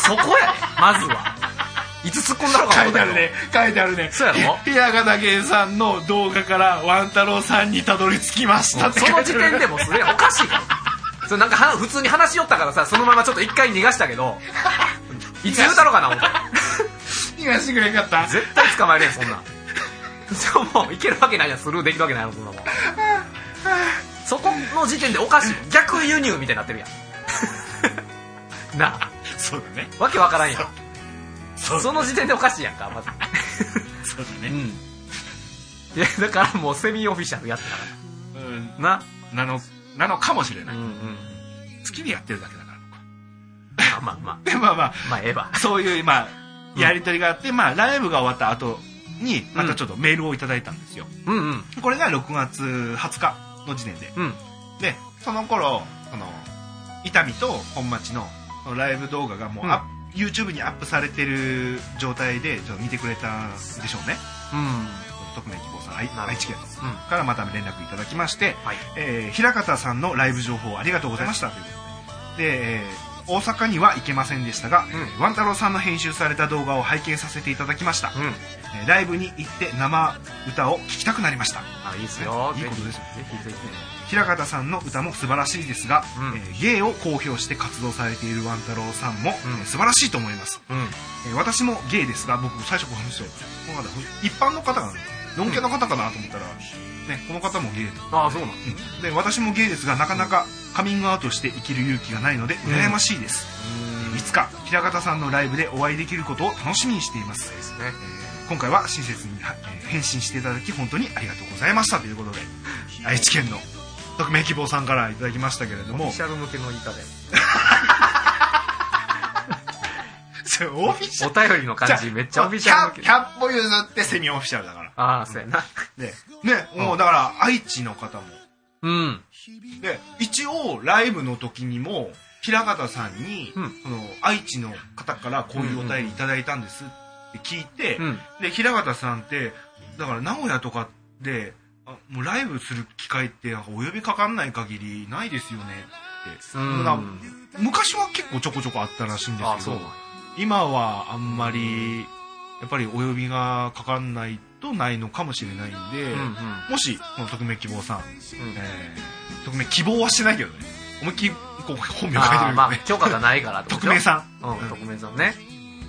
そこやまずはいつ突っ込んだろうか書いてあるね書いてあるねそうやろ平方源さんの動画からワン太郎さんにたどり着きましたって書いそてあのる時点でもうすでにおかしいからそれなんかは普通に話しよったからさそのままちょっと一回逃がしたけ *laughs* どいつ言うたろうかな思って *laughs* 逃がしてくれんかった絶対捕まえれんそんなんそうもういけるわけないやんスルーできるわけないのそんなもんそこの時点でおかしい逆輸入みたいになってるやん *laughs* なあそうだねわけわからんやんそその時点でおかしいやんかまずそうだうねんいやだからもうセミオフィシャルやってたかうんらななのなのかもしれないうんうん好きにやってるだけだから僕はまあまあまでまあまああまあええわそういうまうあんやり取りがあって、まあライブが終わった後にまたちょっとメールをいただいたんですよ、うんうんこれが6月20日の時点でうんでその頃その伊丹と本町のそのライブ動画がもううんアップ、YouTube にアップされてる状態でちょっと見てくれたんでしょうねうん匿名希望さん愛ほど愛知県のうんからまた連絡いただきまして、はいえー平方さんのライブ情報ありがとうございましたということでで、えー大阪には行けませんでしたが、んワン太郎さんの編集された動画を拝見させていただきました、うんえーライブに行って生歌を聴きたくなりましたあいいっすよいいことですよぜひぜひ平方さんの歌も素晴らしいですが、うんえー芸を公表して活動されているワン太郎さんも、うんえー素晴らしいと思います、うんえー私も芸ですが僕最初この人この方一般の方がのんけの方かなと思ったら、ね、この方も芸ああそうなので私もゲイですがなかなかカミングアウトして生きる勇気がないのでうん羨ましいです、うんいつか平方さんのライブでお会いできることを楽しみにしています、ですねえー今回は親切にはえー返信していただき本当にありがとうございましたということで愛知県の匿名希望さんからいただきましたけれどオフィもシャル向けの言い方やそれオフィシャおル便りの感じゃじあめっちゃオフィシャル向けキャキャッポ譲ってセミオフィシャルだからああそうやなでねもうだから愛知の方もうんで一応ライブの時にも平方さんに、うんその愛知の方からこういうお便りいただいたんですって聞いて、うんで平方さんってだから名古屋とかであもうライブする機会ってなんかお呼びかかんない限りないですよねって、うんな昔は結構ちょこちょこあったらしいんであすけそうど今はあんまりやっぱりお呼びがかかんないとないのかもしれないんで、うんうんもしこの匿名希望さんうんえー匿名希望はしてないけどね思いっきりこう本名書いてるあよあね、まあ許可がないからってこと匿名さん、うん匿名さんね *laughs*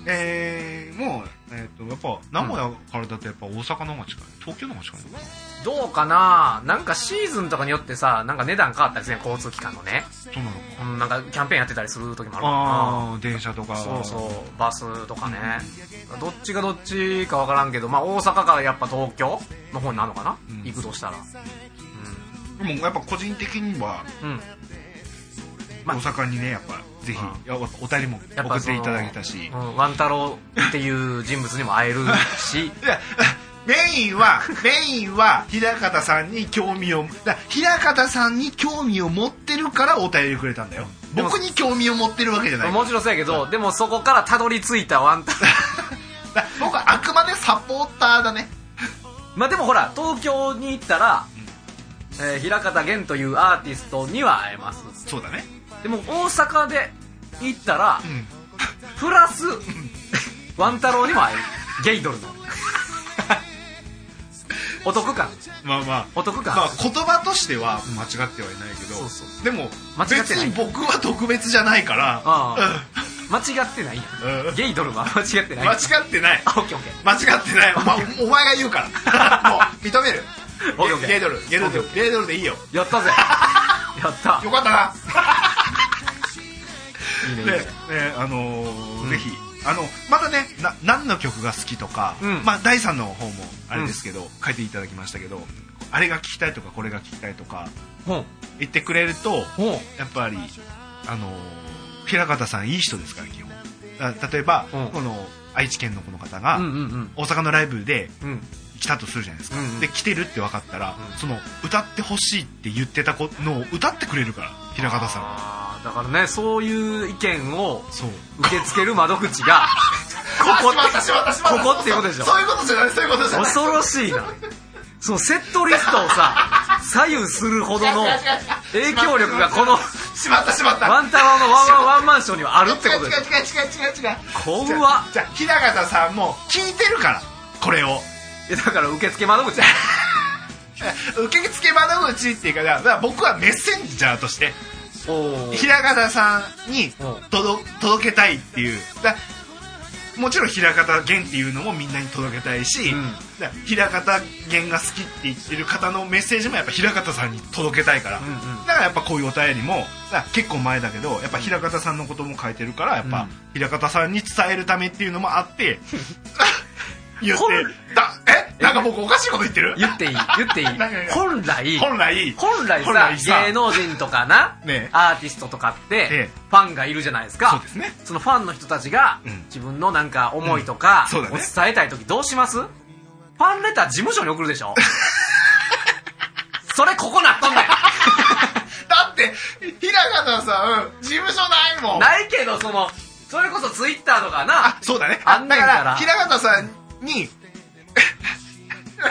えー、もう、えー、とやっぱ名古屋からだとやっぱ大阪の方が近い東京の方が近いのかなどうかななんかシーズンとかによってさなんか値段変わったりするやん交通機関のねそうなのかうんなんかキャンペーンやってたりする時もあるからああ電車とかなそうそうバスとかね、どっちがどっちか分からんけど、まあ、大阪からやっぱ東京の方になるのかな、うん行くとしたらでもやっぱ個人的にはうん、うん、大阪にねやっぱぜひうんいやおお便りもやっぱ送っていただけたしうん、ワン太郎っていう人物にも会えるし *laughs* いやメイ *laughs* ンはメインは平方さんに興味をだ平方さんに興味を持ってるからお便りくれたんだよでも僕に興味を持ってるわけじゃないもちろんそうやけど、でもそこからたどり着いたワン *laughs* 太郎だ僕はあくまでサポーターだねまあでもほら東京に行ったら、えー平方玄というアーティストには会えますそうだねでも大阪で行ったら、んプラスワン太郎にも会えるゲイドル *laughs* のお得感まあまあお得感、まあ、言葉としては間違ってはいないけどそうそでも間違っ別てないに僕は特別じゃないからああ間違ってないやん、うんゲイドルは間違ってない間違ってないあオッケーオッケー間違ってない、ま、お前が言うか *laughs* らもう認めるオッケーオッケーゲイドルゲイドルオゲイドルでいいよや *laughs* ったぜやったよかったないいねいいで、ねねあのーうんぜひあのまたねな何の曲が好きとか、うんまあ、第3の方もあれですけど、書いていただきましたけどあれが聞きたいとかこれが聞きたいとかほん言ってくれるとほんやっぱりあのー平方さんいい人ですから基本だ例えば、うんこの愛知県のこの方が、うんうんうん大阪のライブでうん来たとするじゃないですか、うんうんで来てるって分かったら、うんその歌ってほしいって言ってたことのを歌ってくれるから平方さんはあーだからねそういう意見をそう受け付ける窓口 *laughs* がここってここっていうことでしょそういうことじゃないそういうことじゃない恐ろしいなそのセットリストをさ左右するほどの影響力がこのしまったしまったワンタワーのワンワンワンマンションにはあるってことでしょ違う違う違う違う違う違う怖っじゃあ平方さんも聞いてるからこれを *laughs* いやだから受付窓口だ受付窓口っていうかだから僕はメッセンジャーとしておお平方さんにうん届届けたいっていうだもちろん平方源っていうのもみんなに届けたいし、うんだ平方源が好きって言ってる方のメッセージもやっぱ平方さんに届けたいから、うんうんだからやっぱこういうお便りもだ結構前だけどやっぱ平方さんのことも書いてるからやっうぱん平方さんに伝えるためっていうのもあって *laughs* 言ってこんだえなんか僕おかしいこと言ってる言っていい言 *laughs* っていい何何何本来本来本来本来ささ芸能人とかな、 *laughs* ねえアーティストとかって、ええファンがいるじゃないですかそうですねそのファンの人たちが、うん自分のなんか思いとか、うんそうだねを伝えたい時どうしますファンレター事務所に送るでしょそれここなっとんねだって平方さん事務所ない *laughs* もんないけどそのそれこそツイッターとかあなそうだねあんなからだから平方さんに *laughs*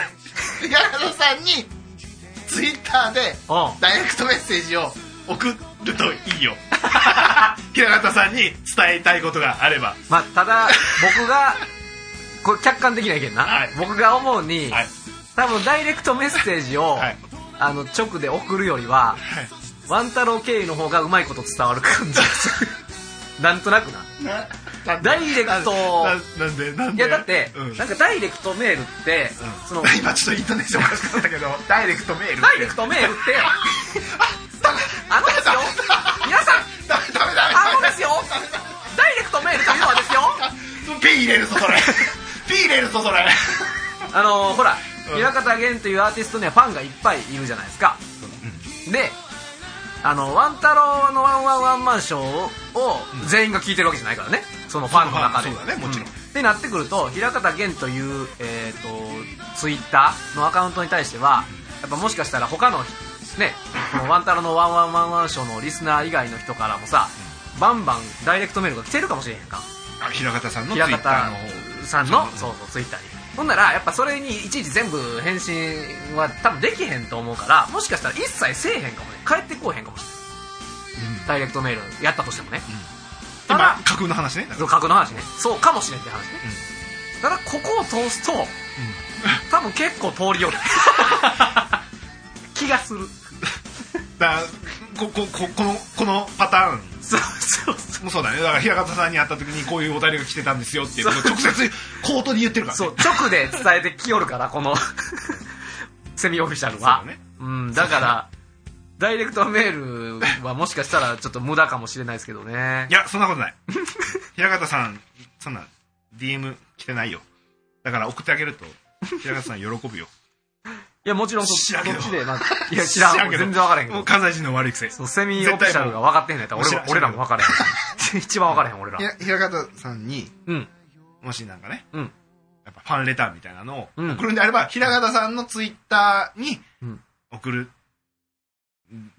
平方さんにツイッターでうんダイレクトメッセージを送るといいよ *laughs* 平方さんに伝えたいことがあればまあただ僕がこれ客観的な意見な、はい僕が思うに、はい多分ダイレクトメッセージを、はいあの直で送るよりは、ワン太郎経由の方がうまいこと伝わる感 *laughs* じがするなんとなくななダイレクトななんでなんいでやだって、うんなんかダイレクトメールって、うんその *laughs* 今ちょっとイントネーションおかしかったけどダイレクトメー *laughs* ルダイレクトメールってあのですよ皆さんダメダメダメあのですよダイレクトメールというのはですよ *laughs* ピー入れるぞ *laughs* それピー入れるぞそれあのほらうん平方玄というアーティストにはファンがいっぱいいるじゃないですか、であのワン太郎のワンワンワンマンションを全員が聞いてるわけじゃないからねそのファンの中でそうだねもちろんってなってくると平方玄という、えー、とツイッターのアカウントに対してはやっぱもしかしたら他のねこのワンタロのワンワンワンワンショーのリスナー以外の人からもさバンバンダイレクトメールが来てるかもしれへんかあ平方さんのツイ平ッター方の方さんのそうそうツイッターにほんならやっぱそれにいちいち全部返信は多分できへんと思うからもしかしたら一切せえへんかもね帰ってこうへんかもしれないダイレクトメールやったとしてもね、ただ今架空の話ねだからそう格の話ねそうかもしれんって話ね、ただここを通すと、多分結構通 *laughs* りよる気がするだここここのこのパターンそうそうそもそうだねだから平方さんに会った時にこういうお便りが来てたんですよっていうのを直接口頭で言ってるから、うね、そう直で伝えてきよるからこのセミオフィシャルはそうねうんだからダイレクトメールはもしかしたらちょっと無駄かもしれないですけどねい。や、そんなことない。 *laughs* 平方さん、そんな、DM 来てないよ。だから送ってあげると、平方さん喜 *laughs* ぶよ。いや、もちろんそ知らんけそどっちで、なんか、いや、知らん。知らんけ全ど然分からへんけもど。う関西人の悪い癖。そう、セミオプシャルが分かってへんのやったら、絶俺対ももう俺らも分からへん。一番分からへん、俺らひ。ら平方さんに、うん。もしなんかね、うんやっぱファンレターみたいなのうんを送るんであれば、平方さんのツイッターにうん送る、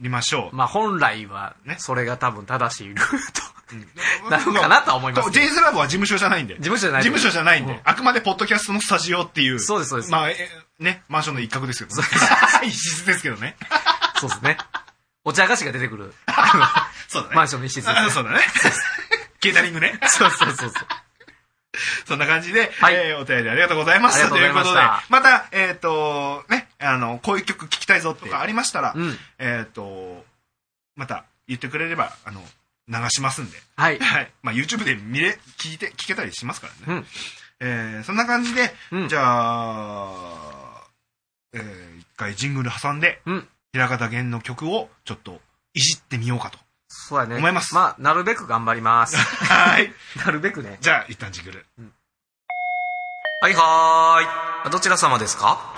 りましょう。まあ、本来はね、それが多分正しいルーうんト *laughs* なのかなとは思いますとけど。ジェイズラボは事務所じゃないんで。事務所じゃない事務所じゃないんで、うんあくまでポッドキャストのスタジオっていう。そうですそうですまあ、えね、マンションの一角ですけどね。 *laughs* 一室ですけどね。そうですね。お茶菓子が出てくる。そうだね。マンションの一室ですねあ *laughs* そうだね。ケータリングね。そうそうそうそう。そんな感じで、はいえーお便りありがとうございましありた。がとうございましたということで、また、えっ、と、ね、あの、こういう曲聴きたいぞとかありましたら、うん。えっ、と、また言ってくれれば、あの、流しますんで。はい。はい。まあ、YouTube で見れ、聞いて、聞けたりしますからね。うんえーそんな感じで、うんじゃあ、えー一回ジングル挟んで、うん平方弦の曲をちょっといじってみようかと。そうやね。思いますまあ、なるべく頑張り *laughs* ます。はい。なるべくね。じゃあ、一旦ジングル。はいはーい。どちら様ですか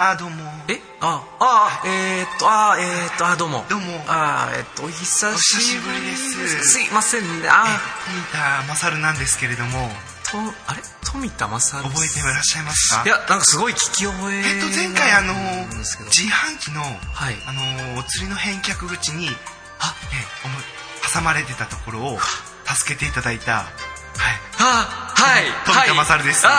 あ、どうも。えあ、あ、えー、っと、あ、えー、っと、あ、どうも。どうもあ、えー、っと、お久しぶりで。お久しぶりですすすいませんね。あ、富田勝なんですけれども、と、あれ富田正覚えてらっしゃいますかいや、なんかすごい聞き覚え。えっと、前回あのなんですけど、自販機の、はい。あの、お釣りの返却口に、あ、えおも挟まれてたところを助けていただいた、はい、あ、はい。富田はい勝ですあー、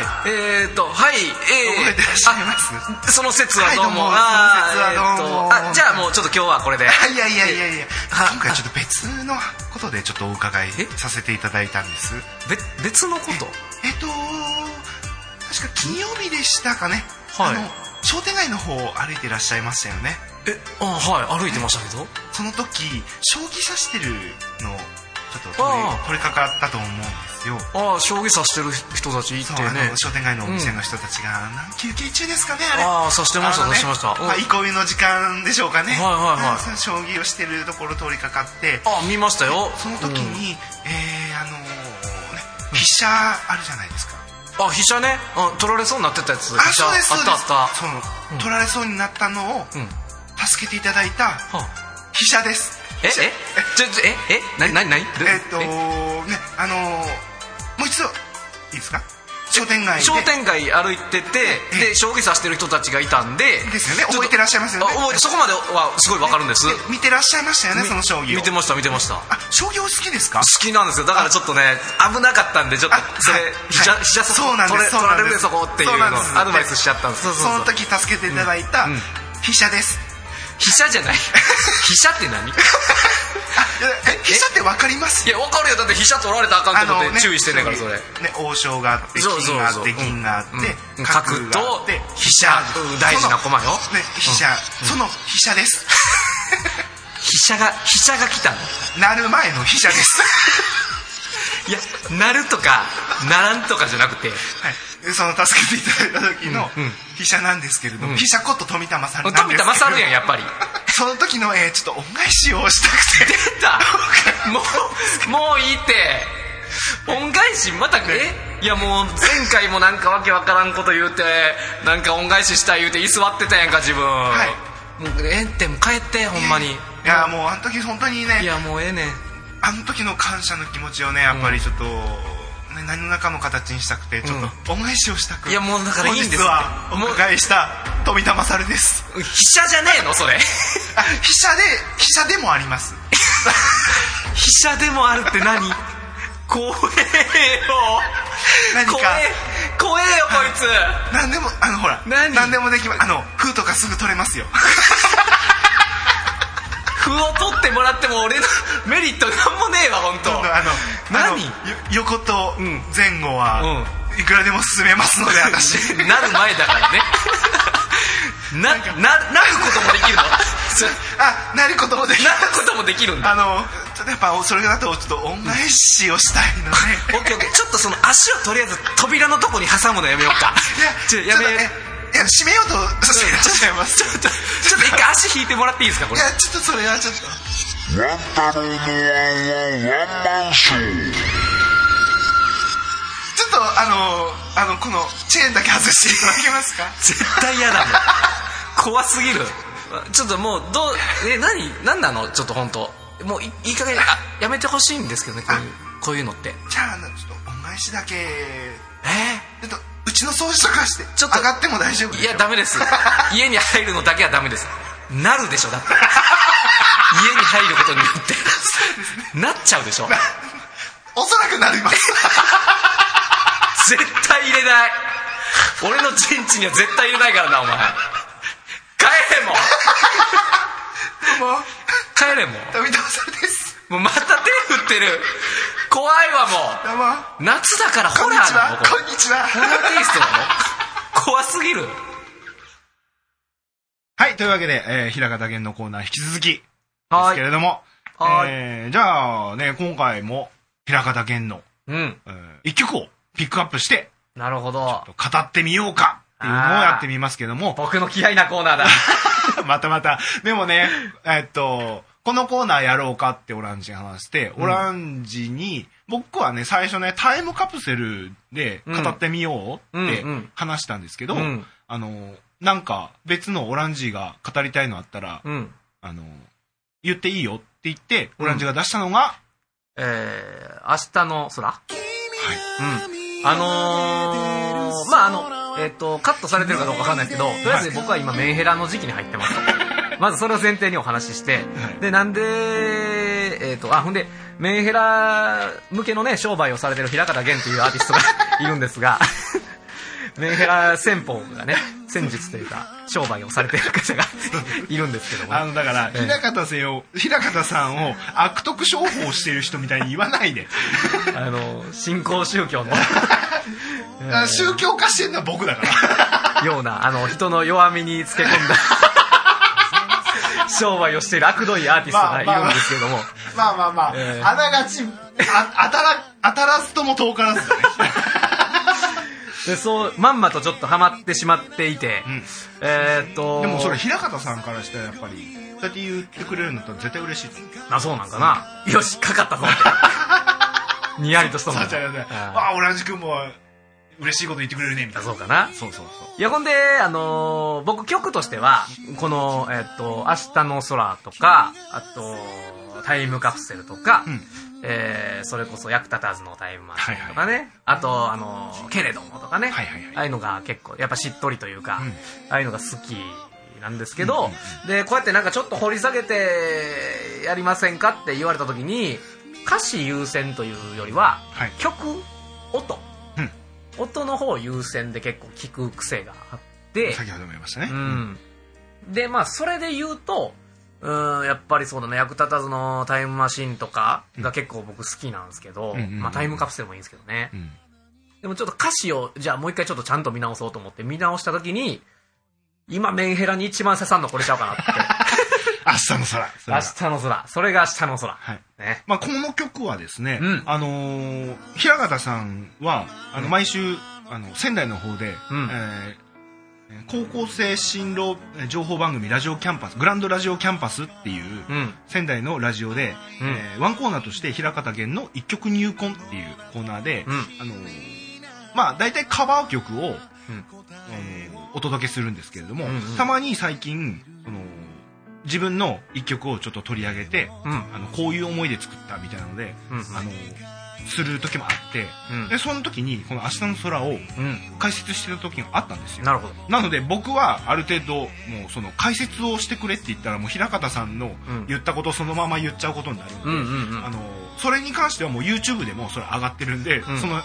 はえー、っと、はい、えー、覚えてらっしゃいますあその説はどうも。はいどうもあーその説はどうもえーっとあ、じゃあもうちょっと今日はこれで。いやいやいやいやは今回ちょっと別のことでちょっとお伺いえさせていただいたんですべ別のことえっと確か金曜日でしたかねはいあの商店街の方を歩いてらっしゃいましたよねえあはい歩いてましたけどその時将棋指してるのをちょっとあ取れ取れかかったと思うんですよああ将棋指してる人たちいてそう、あねの商店街のお店の人たちが、なん休憩中ですかねあれああ指してましたあの指してました、うんね、あ憩いの時間でしょうかねはいはいはいうんその将棋をしてるところ通りかかってあ見ましたよそのうん時に、えー、あのーね飛車あるじゃないですか、あ飛車ねあ取られそうになってたやつあ飛車そうですそうですあったあったそのうん取られそうになったのをうんは助けていただいたあ飛車ですええ飛車ちょちょええ何何何ええっとねあのーもう一度いいですか商店街で商店街歩いててえで将棋指してる人たちがいたんでですよねちょっと覚えてらっしゃいますよねあ覚えてそこまではすごいわかるんですで見てらっしゃいましたよねみその将棋を見てました見てましたあ将棋お好きですか好きなんですよだからちょっとね危なかったんでちょっとあそれはい飛車はい飛車そこそうなんです取れそう取ならんれるですでそこっていうそうなんのですをアドバイスしちゃったんですそうそそうのそう時助けていただいうたんうん飛車です飛車 *laughs* じゃない飛車って何いええ飛車って分かりますや分かるよだって飛車取られたらあかんと思って注意してんねんからそ将棋れね王将があってそうそう金があっそうて銀があってうん角角があとって飛車うん大事な駒よそのね飛車その飛車です飛車が飛車が来たのなる前の飛車です *laughs* いやなるとかならんとかじゃなくてはいでその助けていただいた時のうんうん飛車なんですけれどうもん飛車こと富田勝なんですけ富ど田勝やんやっぱりその時のえーちょっと恩返しをしたくて出たもうもういいって恩返しまたえいやもう前回もなんかわけわからんこと言うてなんか恩返ししたい言うて居座ってたやんか自分いもうええってもう帰ってほんまにいやもうあの時本当にねいやもうええねんあの時の感謝の気持ちをねやっぱりちょっと、ね、何らかの形にしたくてちょっと恩返しをしたく、いやもうだからいいんです本日はお伺いした富田勝です飛車じゃねえのそれあ飛車で飛車でもあります飛車でもあるって何怖えよ何か怖え怖えよこいつ *laughs* *laughs* 何でもあのほら何何でもできますあの封とかすぐ取れますよ歩を取ってもらっても俺のメリットなんもねえわ本当あのあの何よ横とうん前後は、いくらでも進めますので私 *laughs* なる前だからねなななることもできるのそう *laughs* あなることもできなまるすこともできるんだあのちょっとやっぱそれだとちょっと恩返しをしたいのオッ *laughs* で、ケーオッケーちょっとその足をとりあえず扉のとこに挟むのやめようかいやちょやめちょっとえいや閉めようとしてらっしゃいますちょっとちょっと一回足聞いてもらっていいですかこいれやちょっとそれはちょっとワンタロウのワンワンワンマンショー。ちょっとあのあのこのチェーンだけ外していただけますか絶対嫌だもん怖すぎるちょっともうどうえ何何なのちょっと本当もういいい加減あやめてほしいんですけどねこういうこういうのってじゃああのちょっとお返しだけえちょっとうちの掃除とかしてちょっと上がっても大丈夫でー、すいよやダメです *laughs* 家に入るのだけはダメですなるでしょだって家に入ることによってなっちゃうでしょおそらくなります絶対入れない俺の陣地には絶対入れないからなお前帰れもどうも帰れも富田さんですもうまた手振ってる怖いわもどうもう夏だからこホんにラちーなのはこれこんにちはホラーテイストなの怖すぎるはい、というわけで、えー、平方源のコーナー引き続き、ですはけれども、はいえー、じゃあね、今回も、平方源の、うんえー一曲をピックアップして、なるほど語ってみようかっていうのをやってみますけども、僕の嫌いなコーナーだ *laughs* またまた。でもね、えっと、このコーナーやろうかってオランジに話して、オランジに、僕はね、最初ね、タイムカプセルで語ってみようってうんうん話したんですけうど、んあの、なんか別のオランジが語りたいのあったら、うんあの、言っていいよって言って、オランジが出したのが、えー、明日の空はいうんあのー、まああのえっ、とカットされてるかどうかわかんないですけどとりあえず僕は今メンヘラの時期に入って *laughs* ますとまずそれを前提にお話しして、はいでなんでえっ、とあほんでメンヘラ向けのね商売をされてる平方源というアーティストがいるんですが *laughs* メンヘラ戦法がね戦術というか商売をされてる方がいるんですけどもね、あの、だから、ええ平方せよ、平方さんを悪徳商法してる人みたいに言わないで。あの新興宗教のあ宗教化してるのは僕だから。ようなあの人の弱みにつけ込んだ商売をしている悪どいアーティストがいるんですけども、 *laughs* まあまあまあ、ええあながち、あ、当たら、当たらずとも遠からずだね。でそうまんまとちょっとハマってしまっていて、んえーっと *laughs* でもそれ、平方さんからしたらやっぱり、そうやって言ってくれるんだったら絶対嬉しいと思う。あそうなんかなよしかかったぞ *laughs* ってにやりとしたもんさだあ、じゃあ、じゃあ、あわあ、オランジ君も嬉しいこと言ってくれるね、みたいな。そうかなそうそうそう。いやほんで、あのー僕曲としてはこの、えーっと「明日の空」とかあと「タイムカプセル」とか、うんえーそれこそ「役立たずのタイムマシン」とかね、あと、あのーけれども」とかね、はいはいはいああいうのが結構やっぱしっとりというか、うんああいうのが好きなんですけど、でこうやってなんかちょっと掘り下げてやりませんかって言われた時に歌詞優先というよりは、はい曲音、うん音の方優先で結構聞く癖があって先ほども言いましたね。うん、でまあそれで言うとうんやっぱりそうだね役立たずのタイムマシンとかが結構僕好きなんですけど、うんうんうんうんまあ、タイムカプセルもいいんですけどね、うん。でもちょっと歌詞をじゃあもう一回ちょっとちゃんと見直そうと思って見直した時に今メンヘラに一番刺さんのこれちゃうかな *laughs* って明日の空。明日の空それが明日の空、はい。ねまあ、この曲はですね、うんあのー平方さんは、あの、毎週、あの、仙台の方で、うんえー高校生進路情報番組ラジオキャンパス、グランドラジオキャンパスっていう、うん仙台のラジオで、うんえーワンコーナーとして平方源の一曲入魂っていうコーナーで、うんあのーまあ大体カバー曲を、あのーお届けするんですけれども、うんうんたまに最近、その自分の一曲をちょっと取り上げて、うんあのこういう思いで作ったみたいなので、うんあのーする時もあって、うんでその時にこの「明日の空」を解説してた時があったんですうよんなるほどなので僕はある程度もうその解説をしてくれって言ったらもう平方さんのうん言ったことをそのまま言っちゃうことになるので、うんうんうんあのそれに関してはもう YouTube でもそれ上がってるんで、んその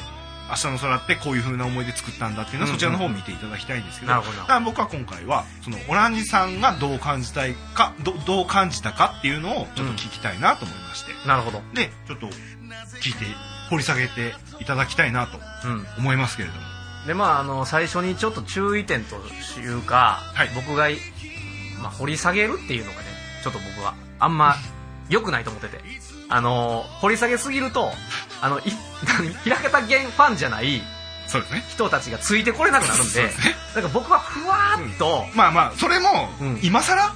明日の空ってこういう風な思いで作ったんだっていうのはそちらの方を見ていただきたいんですけど,、なるほどだから僕は今回はそのオランジさんがどう感じたいかどどう感じたかっていうのをちょっと聞きたいなと思いまして、なるほどでちょっと聞いて掘り下げていただきたいなとうん思いますけれども。でまああの最初にちょっと注意点というか、はい僕が、まあ、掘り下げるっていうのがねちょっと僕はあんま良くないと思っててあの掘り下げすぎるとあのい *laughs* 平方元ファンじゃないそうですね人たちがついてこれなくなるんでなんか僕はふわーっと、まあまあそれもうん今更、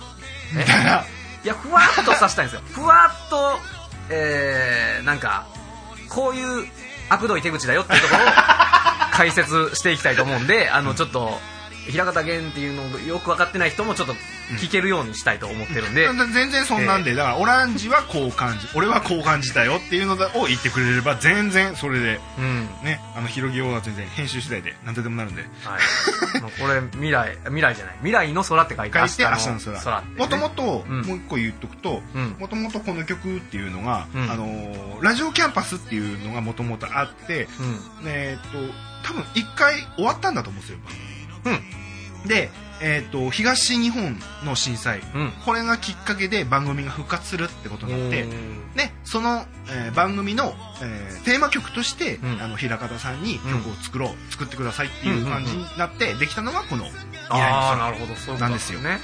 えみたいな。いや、ふわっとさしたいんですよ。ふわっと、えー、なんか、こういう悪どい手口だよっていうところを解説していきたいと思うん *laughs* で、あの、ちょっと、平方源っていうのをよく分かってない人もちょっと聞けるようにしたいと思ってるんで、全然そんなんで、だからオランジはこう感じ俺はこう感じたよっていうのを言ってくれれば全然それでうん。ねあの広げようは全然編集次第で何とでもなるんではい、もうこれ未来未来じゃない未来の空って書いて書いて明日のの空ってねもともとうんもう一個言っとくとうんもともとこの曲っていうのが、うんあのーラジオキャンパスっていうのがもともとあって、うんえーっと多分一回終わったんだと思うんですよ、で、えーっと東日本の震災うんこれがきっかけで番組が復活するってことになってうんね、その、えー番組の、えーテーマ曲として、うんあの平方さんに曲を作ろう、作ってくださいっていう感じになって、できたのがこの「未来のああ空なるほどそういうことなんですよね、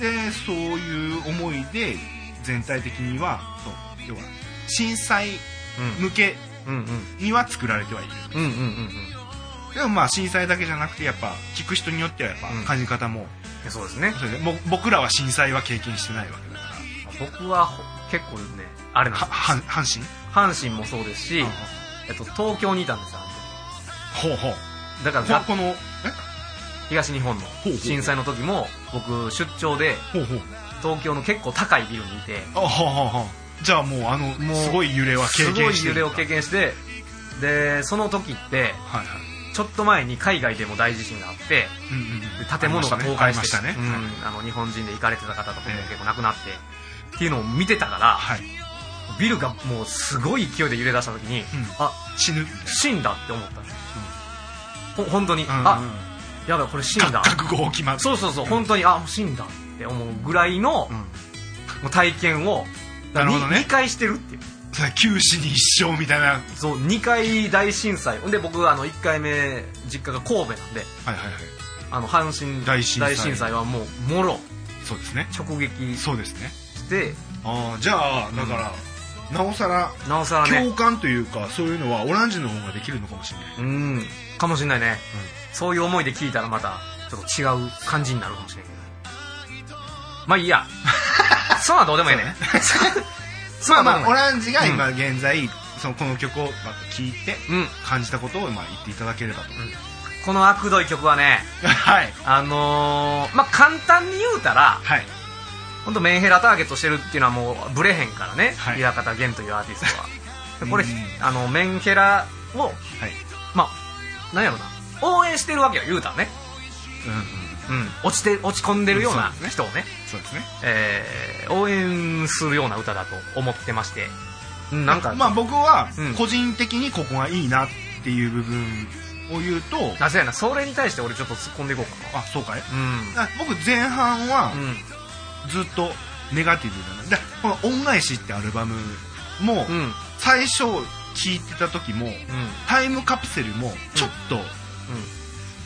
でそういう思いで全体的にはそう要は震災向けうん、うんには作られてはいるうんうんうんうんうんでもまあ震災だけじゃなくてやっぱ聞く人によってはやっぱうん感じ方も,、いやそうですねそうですねもう僕らは震災は経験してないわけだから僕はほ結構ねあれなんはですは阪神阪神もそうですし、えっと、東京にいたんですよあのほうほう時だからこざこのえ東日本のほうほう震災の時も僕出張でほうほう東京の結構高いビルにいてあはははじゃあもうあのもうすごい揺れは経すご験いして揺るれを経験してでその時ってはいはいちょっと前に海外でも大地震があってうんうんうん建物が倒壊ありまししてたねありましたねうんあの日本人で行かれてた方とかもええ結構亡くなって、っていうのを見てたからはい、ビルがもうすごい勢いで揺れ出した時に、んあ死ぬみたいな死んだって思ったんです、ほ本当に、うんうんあやばいこれ死んだ覚悟を決まるそうそうそう本当にあもう死んだって思うぐらいの、うんもう体験をなるほどね2回してるっていうそれ九死に一生みたいなはいそう2回大震災ほんで僕あの1回目実家が神戸なんではいはいあの阪神大震災はもうもろそうですね直撃しそうですねてああじゃあだから、なおさらなおさらね共感というかそういうのはオランジの方ができるのかもしれないうんかもしれないね、そういう思いで聞いたらまたちょっと違う感じになるかもしれないけどまあいい *laughs* やそんなんどうでもいいねそんまあなんどうでまあオもいいランジが今現在、そのこの曲をまた聴いてうん感じたことをまあ言っていただければと、この悪どい曲はねはいあのーまあ簡単に言うたらはい本当メンヘラターゲットしてるっていうのはもうブレへんからねはい平方源というアーティス *laughs* トはでこれうんあのメンヘラをはいまあなんやろな応援してるわけよ言うたらね、うんうんうん、落ちて落ち込んでるようなそうです人をねそうですねえー応援するような歌だと思ってまして、うんなんか、まあ僕はうん個人的にここがいいなっていう部分を言うと、あそうやなそれに対して俺ちょっと突っ込んでいこうかあそうかいなだ僕前半はうんずっとネガティブだなだこの「恩返し」ってアルバムもうんうんうん最初聴いてた時もタイムカプセルもちょっと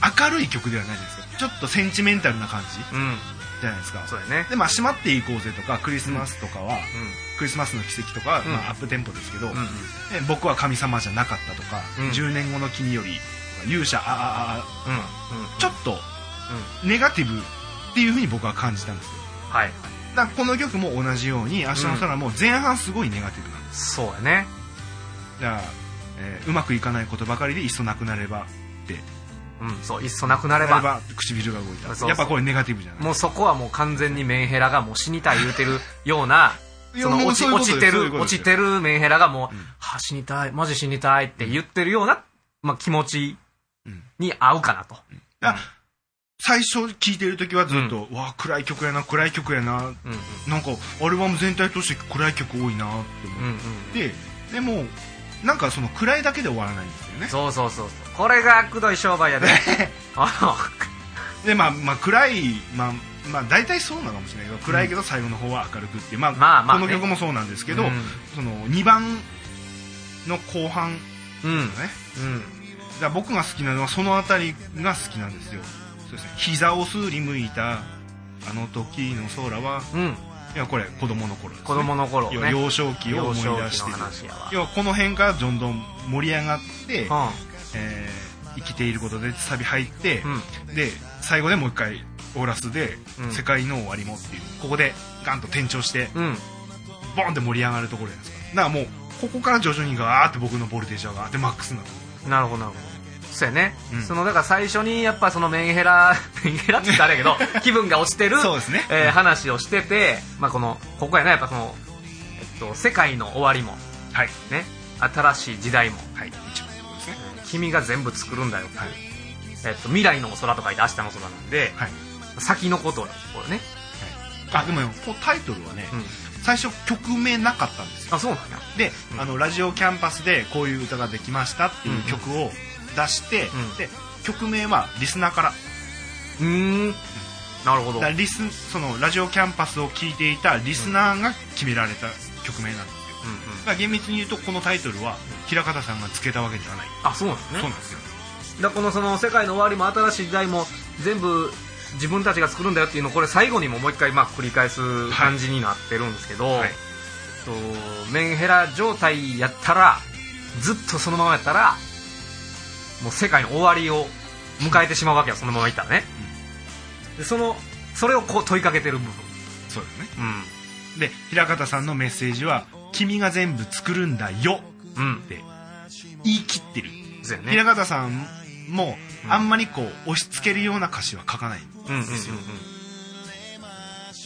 明るい曲ではないじゃないですかちょっとセンチメンタルな感じうんうんじゃないですかそうやねでまあ「閉まっていこうぜ」とか「クリスマス」とかは、クリスマスの奇跡とかは、うんまあ、アップテンポですけど、うんうんうんね僕は神様じゃなかったとか、うん10年後の君よりとか勇者ああああうんちょっとネガティブっていう風に僕は感じたんですよはいだからこの曲も同じように「明日の空」も前半すごいネガティブなんですそうやねだから、えーうまくいかないことばかりでいっそなくなればってうんそういっそなくななれば唇が動いたそうそうやっぱこれネガティブじゃないもうそこはもう完全にメンヘラがもう死にたい言うてるようないやそのもう落ちそういうこ落とちですてそういうることです落ちてるメンヘラがもう、うんはあ死にたいマジ死にたいって言ってるような、まあ、気持ちに合うかなと、だから最初聴いてる時はずっと「わあ暗い曲やな暗い曲やなうんうんなんかアルバム全体として暗い曲多いな」ってうん思うっんて、でもなんかその暗いだけで終わらないんですよねそうそうそうそうこれがくどい商売や *laughs* で *laughs* あでまあまあ暗いまあまあ大体そうなのかもしれないけど暗いけど最後の方は明るくっていうまあ、まあまあねこの曲もそうなんですけど、うんその2番の後半ねのうんだから僕が好きなのはその辺りが好きなんですよそうですね膝をすりむいたあの時の空はうんうんいやこれ子供の頃です、ね、子供の頃要ねは幼少期を思い出幼し少て期るの話やわ要はこの辺からどんどん盛り上がっうんて、えー生きていることでサビ入って、うんで最後でもう一回オーラスでうん「世界の終わりも」っていうここでガンと転調してうんボンって盛り上がるところじゃないですかだからもうここから徐々にガーって僕のボルテージが上がってマックスになってなるほどなるほどそうやね、うんそのだから最初にやっぱそのメンヘラ *laughs* メンヘラって言ったらあれやけど *laughs* 気分が落ちてるそうですねえー話をしてて、まあ、このここやな、やっぱこの、えっと「世界の終わりも」はいね新しい時代もはい一番そうですね君が全部作るんだよ、はいえっと、未来の空と書いて明日の空なんで、はい先のことをね、あでもよこうタイトルはね、うん、最初曲名なかったんですよあそうなんやで、うんあのラジオキャンパスでこういう歌ができましたっていう曲を出して、うんで曲名はリスナーからうーんなるほどだからリスそのラジオキャンパスを聴いていたリスナーが決められた曲名なんですようんうんだから厳密に言うとこのタイトルは平方さんがつけたわけではない、あそうなんですねそうなんですよだからこのその世界の終わりも新しい時代も全部自分たちが作るんだよっていうのをこれ最後にももう一回まあ繰り返す感じになってるんですけど、いとメンヘラ状態やったらずっとそのままやったらもう世界の終わりを迎えてしまうわけよそのままいったらね、でそのそれをこう問いかけてる部分、そうですねうで平方さんのメッセージは「君が全部作るんだよんうん」って言い切ってる、そうやね平方さんもうんあんまりこう押し付けるような歌詞は書かないうんうんうんうん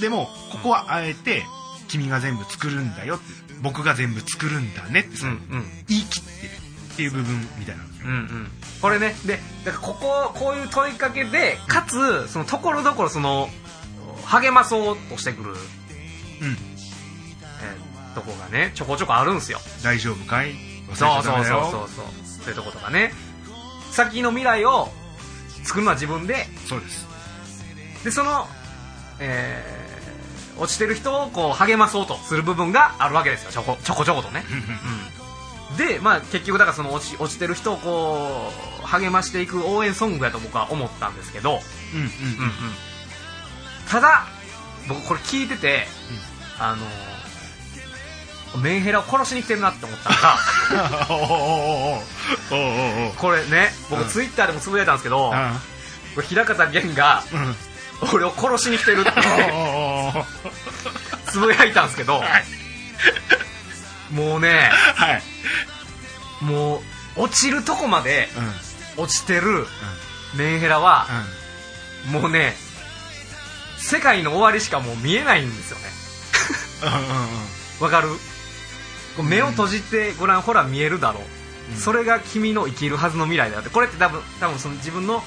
でもここはあえて「君が全部作るんだよ」って「僕が全部作るんだね」ってうさ、んうん言い切ってるっていう部分みたいなんですよ、うんうん、これねでだからこここういう問いかけでかつそのところどころその励まそうとしてくる、うんえーとこがねちょこちょこあるんですよ大丈夫かいそうそうそうそうそそうそういうとことかね先の未来を作るのは自分でそうです *laughs* でその、えー落ちてる人をこう励まそうとする部分があるわけですよちょこちょこちょことね、うん、で、まあ、結局だからその落ち落ちてる人をこう励ましていく応援ソングやと僕は思ったんですけど、うんうんうんただ僕これ聞いてて、あのーメンヘラを殺しに来てるなって思ったの *laughs* がおおおおおおおこれねう僕んツイッターでもつぶやいたんですけど、あこれ平方玄がうんうん俺を殺しに来てるっておお *laughs* おおつぶやいたんですけど、はいもうねはいもう落ちるとこまでうんうん落ちてるメンヘラは、もうね世界の終わりしかもう見えないんですよねうんうんうんわかるこう目を閉じてご覧、ほら見えるだろう、それが君の生きるはずの未来だってこれって多分多分その自分の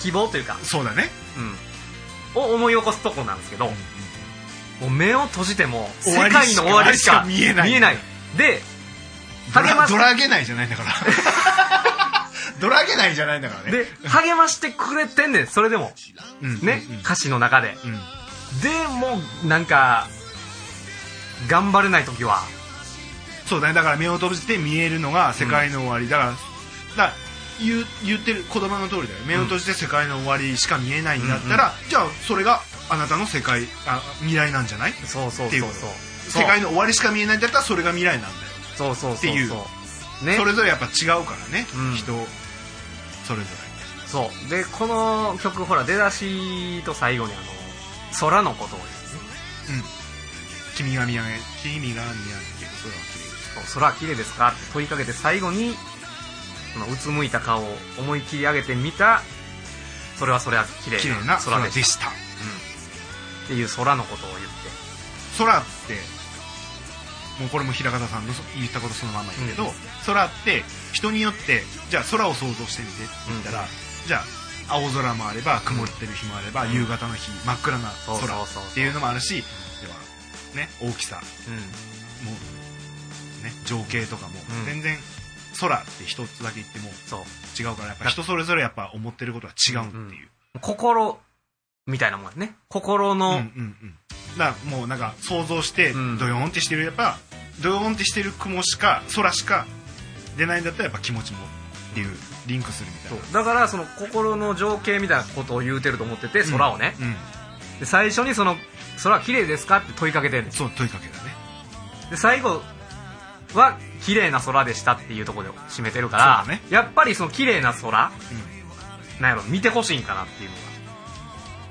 希望というか、そうだねうん、を思い起こすとこなんですけど、もう目を閉じても終世わりしか界の終わりしか見えない見えないでド励まラしドラげないじゃないんだから *laughs* ドラげないじゃないんだからねで励ましてくれてんねんそれでもうんうんね、歌詞の中でうんうんでもうなんか頑張れない時はそうだねだから目を閉じて見えるのが世界の終わり、だからだから言う言ってる言葉の通りだよ目を閉じて世界の終わりしか見えないんだったら、じゃあそれがあなたの世界あ未来なんじゃないそうそうってそいううそうことそう世界の終わりしか見えないんだったらそれが未来なんだよそうそうそうっていうそうねそれぞれやっぱ違うからね、うん人それぞそうでこの曲ほら出だしと最後にあの空のことをれうん君が見上げ君が見上げて空を綺麗に「空は綺麗ですか?」って問いかけて最後にそのうつむいた顔を思い切り上げてみたそれはそれは綺綺麗麗なな空空ででしたしたっていう空のことを言って空ってもうこれも平方さんのそ言ったことそのまんま言うけど、うん空って人によってじゃあ空を想像してみてって言ったら、うんじゃあ青空もあれば曇ってる日もあれば、うん夕方の日真っ暗なそうそう空っそうそうていうのもあるしでは、ね、大きさうんも、ね、情景とかも、うん全然空って一つだけ言ってもそう違うからやっぱ人それぞれやっぱ思ってることは違うっていう。うん心みたいなもんやね心うの、んうんうんだからもうなんか想像してうんドヨーンってしてるやっぱドヨーンってしてる雲しか空しか出ないんだったらやっぱ気持ちもっていうリンクするみたそいうなだからその心の情景みたいなことを言うてると思ってて空をね、うん、うんで最初にその「空は綺麗ですか?」って問いかけてんねんそう問いかけだねで最後は綺麗な空でしたっていうところで締めてるから、そうだねやっぱりその綺麗な空なんやろ見てほしいんかなっていうのが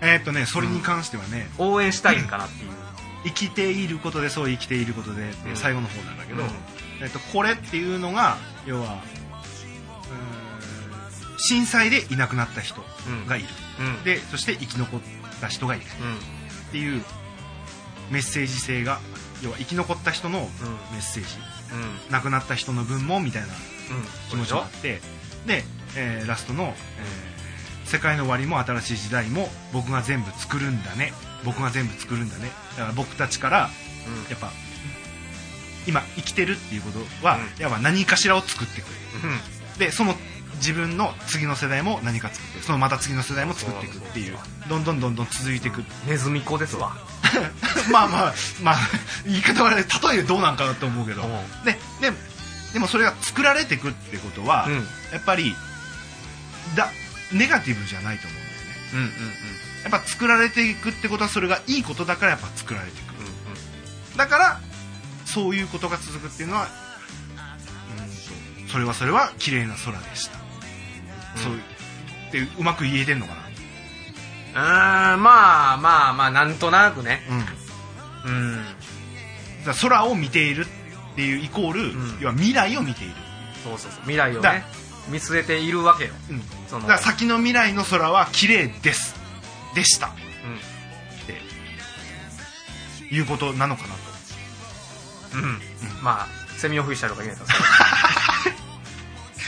えーっとねそれに関してはね、応援したいんかなっていう生きていることでそう生きていることでってうん最後の方なんだけど、うんえっと、これっていうのが要はうーん震災でいなくなった人がいる、うんでそして生き残った人がいるうっていうメッセージ性が要は生き残った人のメッセージ、んうん亡くなった人の分もみたいなうん気持ちがあってで、えーラストの、えー世界の終わりも新しい時代も僕が全部作るんだね」僕が全部作るんだねだから僕たちからやっぱ今生きてるっていうことは、うやっぱ何かしらを作ってくうんれるでその自分の次の世代も何か作ってそのまた次の世代も作っていくっていうどんどんどんどん続いていくネズミ子ですわまあまあまあ言い方はあれ例えでどうなんかなと思うけどうんでででもそれが作られていくってことは、うんやっぱりだネガティブじゃないと思うんだよねうんうんうんやっぱ作られていくってことはそれがいいことだからやっぱ作られていくだからそういうことが続くっていうのはうんとそれはそれは綺麗な空でした、そうでうまく言えてんのかなうーんまあまあまあなんとなくねうんだうんから空を見ているっていうイコール、ん要は未来を見ている、そうそうそう未来をだね見据えているわけようん、そだのから先の未来の空は綺麗ですでしたっうていうことなのかなとんうんまあセミオフィシャルが言えた *laughs*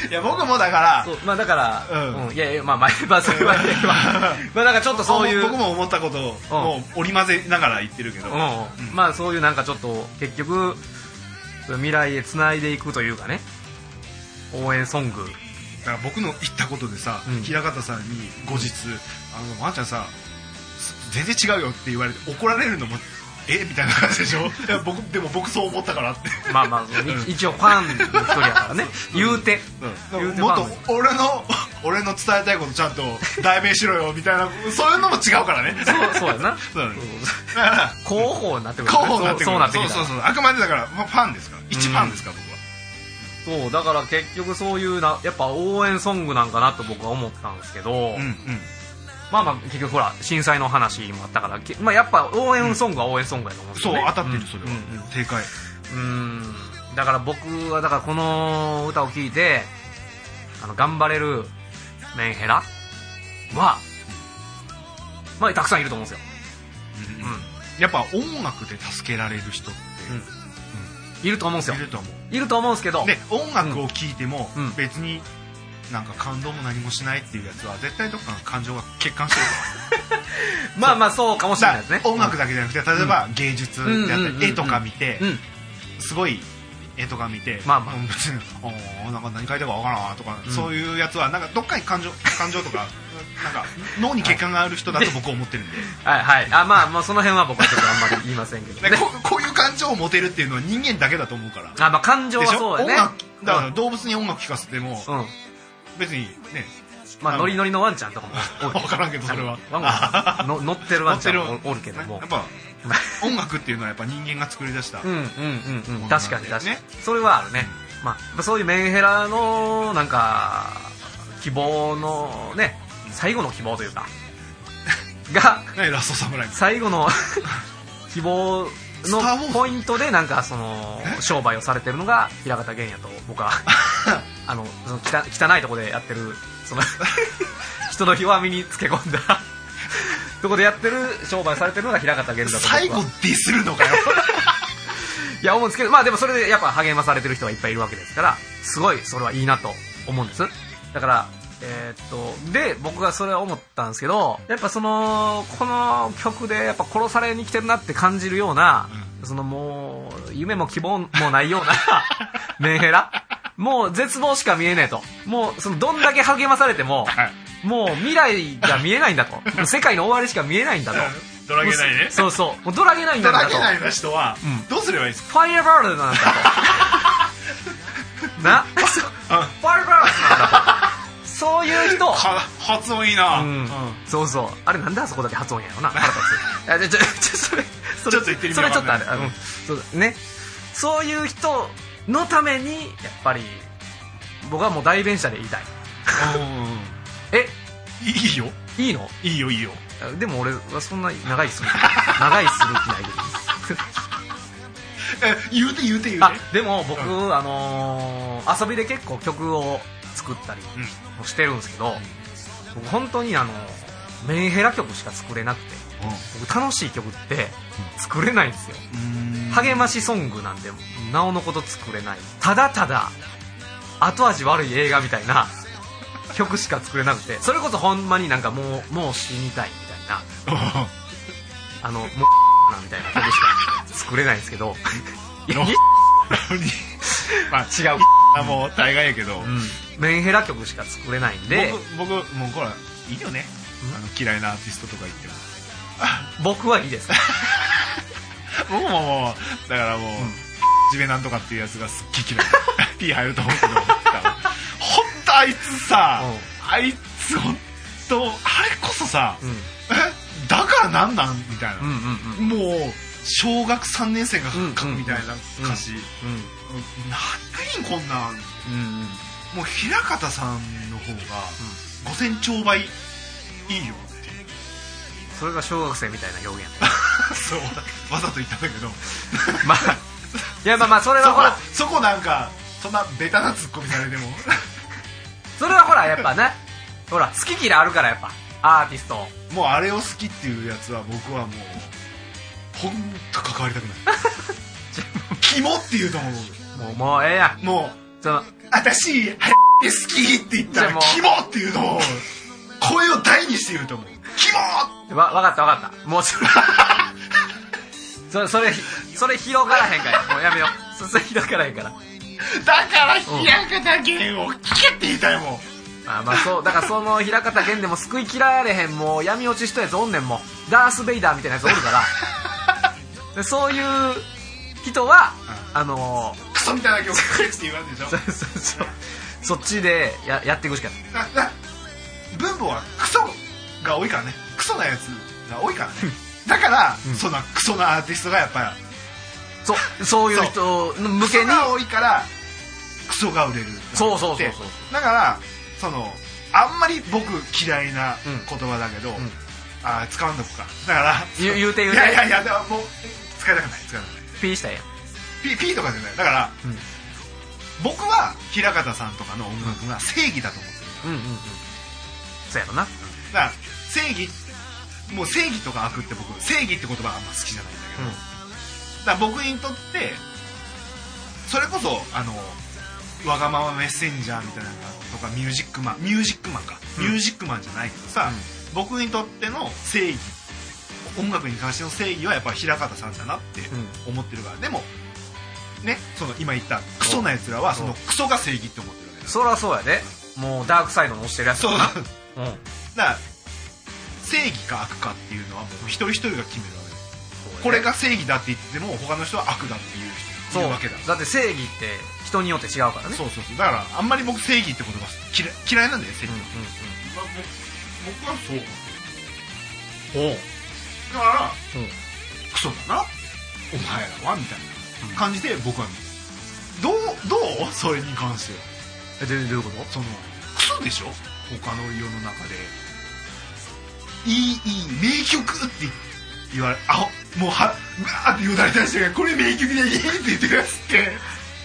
いや僕もだからそうまあだからうんうんいやいやまあまあまあそれはねまあまあなんかちょっとそういう僕も思ったことをもう織り交ぜながら言ってるけど、うんうんまあそういうなんかちょっと結局そう未来へつないでいくというかね応援ソングだから僕の言ったことでさ、うん平方さんに後日「あのワンちゃんさす全然違うよ」って言われて怒られるのも「えみたいな感じで *laughs* しょいや僕でも僕そう思ったからって、まあまあそのい一応ファンの一人やから *laughs* ね言うて言うてフもっァンのと俺の俺の伝えたいことちゃんと代弁しろよみたいなそういうのも違うからね *laughs* そうそうやなそうだねだから広報になってくる候補になってくるそうそうなってきたそうそうそうあくまでだからまあファンですから一ファンですから僕はそうだから結局そういうなやっぱ応援ソングなんかなと僕は思ったんですけど、うんうんまあまあ結局ほら震災の話もあったから、けまあ、やっぱ応援ソングは応援ソングやと思うんですそようね、当たってるそれはうんうん正解うんだから僕はだからこの歌を聴いて「あの頑張れるメンヘラは」まあたくさんいると思うんですよ、やっぱ音楽で助けられる人っいると思うんですてよいると思ういると思うんですけどで音楽を聴いてもうん別になんか感動も何もしないっていうやつは絶対どっかの感情が欠陥してるまあまあ *laughs* そうかもしれかないらですね音楽だけじゃなくて例えば芸術であうんうんうんったうんり絵とか見てうんすごい絵とか見てまあまあうん別におーなんか何書いてるかわからんとかうんそういうやつはなんかどっかに感情感情とか *laughs* なんか脳に欠陥がある人だと僕は思っ *laughs* てるんではいはいあまあまあその辺は僕はちょっとあんまり言いませんけどでねここういう感情を持てるっていうのは人間だけだと思うからあまあ感情はでしょそうやね音楽だから動物に音楽聴かせてもうんうん別にねまあノリノリのワンちゃんとかもおる分からんけどそれはワンの乗ってるワンちゃん乗っもておおる *laughs* けどもやっぱ音楽っていうのはやっぱ人間が作り出した、うんうんうんうんね確かに確かにねそれはあるねまあそういうメンヘラのなんか希望のね最後の希望というかがねラストサムライも最後の *laughs* 希望スターウォーのズポイントでなんかその商売をされてるのが平方玄也と僕は *laughs* あのその汚汚いとこでやってるそ *laughs* の人の弱みにつけ込んだ *laughs* とこでやってる商売されてるのが平方玄也だと僕は最後ディスるのかよいや思うんですけどまあでもそれでやっぱ励まされてる人がいっぱいいるわけですからすごいそれはいいなと思うんですだからえーっとで僕がそれは思ったんですけどやっぱそのこの曲でやっぱ殺されに来てるなって感じるような、そのもう夢も希望もないような *laughs* メンヘラもう絶望しか見えねえともうそのどんだけ励まされても、はいもう未来が見えないんだともう世界の終わりしか見えないん *laughs* だとドラゲないねそうそうもうドラゲないんだドとラゲないの人はうんどうすればいいですかファイアバールなんだと *laughs* なそうファイアバールなんだとそういう人は発音いいな、うんそうそうあれなんであそこだけ発音やろな腹立ついやちょちょそれそれちょっと言ってみそようれかちょっとあれわかんうないんそうだねそういう人のためにやっぱり僕はもう代弁者で言いたいうんえいいよいいのいいよいいよでも俺はそんな長いする長いする気ないですえ言うて言うて言うてあ *laughs* でも僕、あのー遊びで結構曲を作ったりもしてるんですけど、僕本当にあのメンヘラ曲しか作れなくて、僕楽しい曲って作れないんですよ、励ましソングなんでなおのこと作れないただただ後味悪い映画みたい *laughs* な曲しか作れなくてそれこそほんまになんかもうもう死にたいみたいな *laughs* あのもう *laughs* なみたいな曲しか作れないんですけどいやまあ *laughs* 違う、あもう大概やけど、うん、メンヘラ曲しか作れないんで僕僕もうほらいいよねあの嫌いなアーティストとか言っても僕はいいです *laughs* 僕ももうだからもう、じめなんとかっていうやつがすっげえ *laughs* 嫌い P 入ると思うけど本当あいつさ、あいつ本当あれこそさ、うんえだからなんなんみたいうんうんな、もう小学3年生が書くみたいな歌詞、うんないんこんなんうんうんうんもう平方さんの方が5000兆倍いいよっていうそれが小学生みたいな表現そうわざと言ったんだけど *laughs* まあいやまあまあそれはほらそこそこなんかそんなベタなツッコミされてもそれはほらやっぱねほら好き嫌いあるからやっぱアーティストもうあれを好きっていうやつは僕はもうほんと関わりたくないキモって言うと思うもうもうええやん僕もうその私は好きって言ったらじゃあもうキモって言うと思う声を大にして言うと思うキモわ分かった分かったもう *laughs* それそれそれそれ広がらへんからもうやめようそそれ広がらへんからだから冷やかだけを聞けって言いたいもんまあまあそうだからその平方源でも救い切られへんもう闇落ちしたやつおんねんもうダース・ベイダーみたいなやつおる *laughs* からでそういう人はあのクソみたいな曲書いてって言わんでしょー、 *laughs* そそそそっちでややっていくしかないなな分母はクソが多いからねクソなやつが多いからねだから、そんなクソなアーティストがやっぱそうそういう人のり向クけソにが多いからクソが売れるそうそうそうそうでだからそのあんまり僕嫌いなうん言葉だけど、んあー使わんとこかだから言う言うて言ういてやいやいやでももう使いたくない使いたくないピーしたらえ P, P とかじゃないだから、うん僕は平方さんとかの音楽が正義だと思ってえやるんうんうんうんそうやろなだから正義もう正義とか悪って僕正義って言葉はあんま好きじゃないんだけど、だから僕にとってそれこそあのわがままメッセンジャーみたいなのとかミュージックマンミュージックマンか、ミュージックマンじゃないけどさ、僕にとっての正義音楽に関しての正義はやっぱ平方さんだなって思ってるから、でもねその今言ったクソなやつらはそのクソが正義って思ってるわけだそりゃそうやでもうダークサイドの推してるやつそうやだなかうんそうら正義か悪かっていうのはもう一人一人が決めるわけだやでこれが正義だって言っても他の人は悪だっていう人そいうるわけだだって正義って人によって違うからねそうそうそうだからあんまり僕正義って言葉嫌い嫌いなんだよ正う義、んうんまあ僕僕はそううんおうだからうんクソだなお前らはみたいな感じで僕はどうどうそれに関してはえどういうことそのクソでしょ他の世の中でいいいい名曲って言われあもうはうわーってよだれ出してるからこれ名曲でいいって言ってるやつっ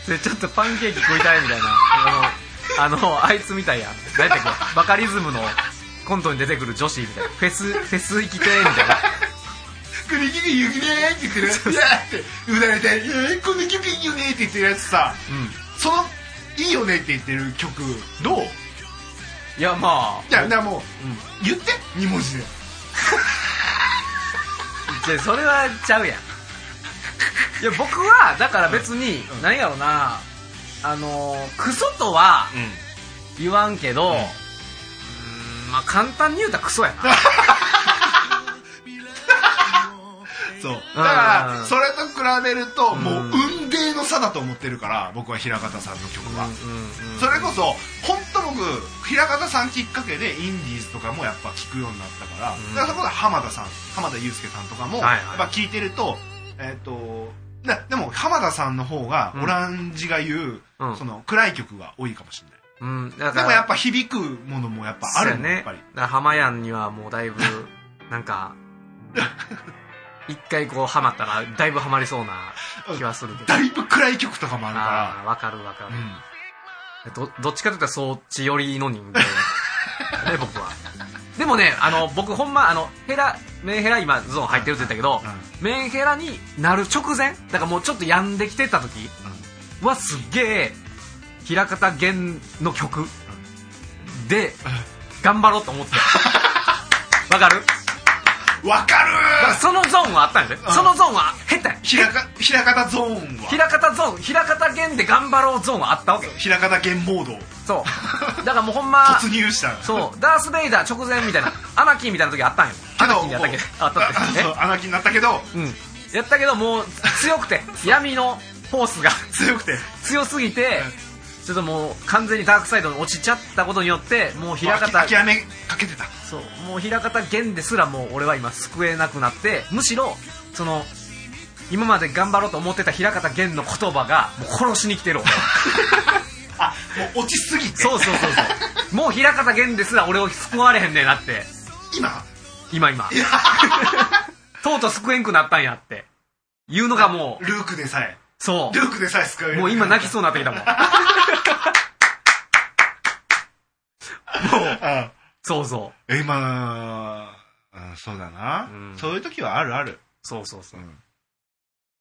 てでちょっとパンケーキ食いたいみたいなあのあのあいつみたいや何だっけバカリズムのコントに出てくる女子みたいなフェスフェス行きてーみたいなこの *laughs* 曲いいよねって言ってるやついやーってうだれて「えーこの曲いいよね」って言ってるやつさうんその「いいよね」って言ってる曲どういやまあいやだからもう、うん言って2文字でじゃそれはちゃうやんいや僕はだから別に、何やろうなあのークソとは言わんけど、うーん、まあ簡単に言うたらクソやなそうだうかんらそれと比べるともう雲泥の差だと思ってるから僕は平方さんの曲は、それこそ本当僕平方さんきっかけでインディーズとかもやっぱ聞くようになったから、だからそこで浜田さん浜田祐介さんとかもはいはやいっぱ聞いてると、えっ、となでも浜田さんの方がうんオランジが言う、うんその暗い曲が多いかもしれないうんだからでもやっぱ響くものもやっぱあるもそんうややねっぱり *laughs* だから浜やんにはもうだいぶなんか一回こうハマったらだいぶハマりそうな気はするけどだいぶ暗い曲とかもあるあかあわかるわかるら、う、ん、どどっちかというとそっち寄りの人 *laughs* 間ね僕はでもねあの僕ほんまあのヘラメンヘラ今ゾーン入ってるって言ったけど、メンヘラになる直前だからもうちょっと病んできてた時はすっげえ平方弦の曲で頑張ろうと思って *laughs* たわかるわかるだからそのゾーンはあったんで、そのゾーンは減ったんやひらかひらかたゾーンは平方ゾーン平方弦で頑張ろうゾーンはあったわけひらかた弦モードそうだからもうほんま *laughs* 突入したそう、ダース・ベイダー直前みたいな、アナキーみたいな時あったんよ。アナけキどーにやったっけもうあったあっそうけ穴気になったけどえうん。やったけど、もう強くて、闇のフォースが *laughs* 強くて強すぎて、ちょっともう完全にダークサイドに落ちちゃったことによって、もう平方あ、き諦めかけてたそう、もう平方弦ですらもう俺は今救えなくなって、むしろ、その、今まで頑張ろうと思ってた平方弦の言葉が、もう殺しに来てる俺は *laughs* あもう落ちすぎてそうそうそうそう。もう平方弦ですら俺を救われへんねんなって。今今 *laughs* 今とうとう救えんくなったんやって言うのがもうルークでさえそルークでさえ救えうるもう今泣きそうになってきた *laughs* もんもうあそうそうえ今うんそうだな、うんそういう時はあるあるそうそうそう、うん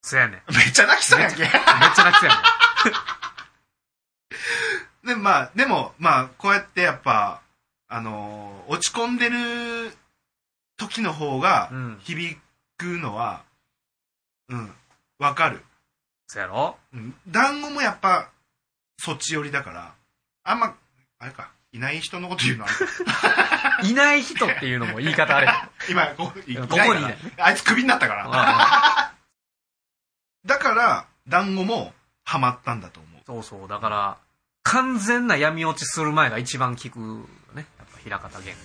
そ *laughs* やねんめっめっちゃ泣きそうやんけちゃ泣きそうやねでまあでもまあこうやってやっぱあのー落ち込んでる時の方が *laughs* うん響くのはうんわ、かる、そやろうん、団子もやっぱそっち寄りだからあんまあれかいない人のこと言うのあれか *laughs* いない人っていうのも言い方あれ今ここいこここ *laughs* こにいにないあいつクビになったかうんらだから団子もハマったんだと思うそうそうだから完全な闇落ちする前が一番効くよねやっぱ平方弦は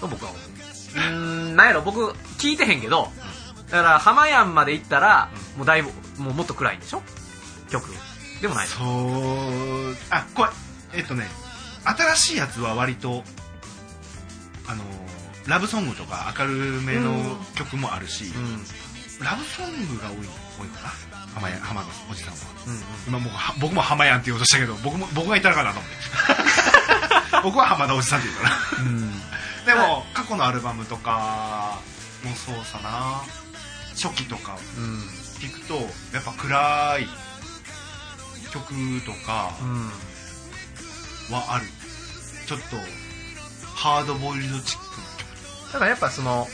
と僕は思ううーんなんやろ僕聞いてへんけどだから浜やんまで行ったらもうだいぶもうもっと暗いんでしょ曲でもないのそうあこれえっとね新しいやつは割とあのーラブソングとか明るめの曲もあるし、うんうんラブソングが多い多いかな浜や浜のおじさんはうん今もうは僕も浜やんって言おうとしたけど僕も僕がいたのかなと思って *laughs* 僕は浜田おじさんって言うからうんでも過去のアルバムとかもそうさな初期とかうん聞くとやっぱ暗い曲とかうんはあるちょっとハードボイルドチックだからやっぱその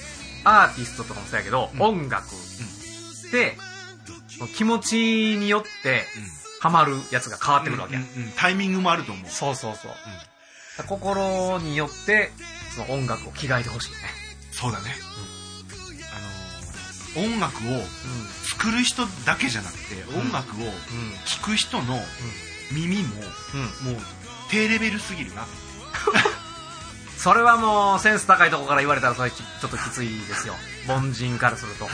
アーティストとかもそうやけど、うん音楽で、その気持ちによってハマるやつが変わってくるわけや、うんうんうんタイミングもあると思うそうそうそう、心によってその音楽を着替えてほしいね、そうだね、あのー音楽を作る人だけじゃなくて音楽うをんうん聴く人の耳もうんもう低レベルすぎるなそれはもうセンス高いとこから言われたらそれちょっときついですよ凡人からするとその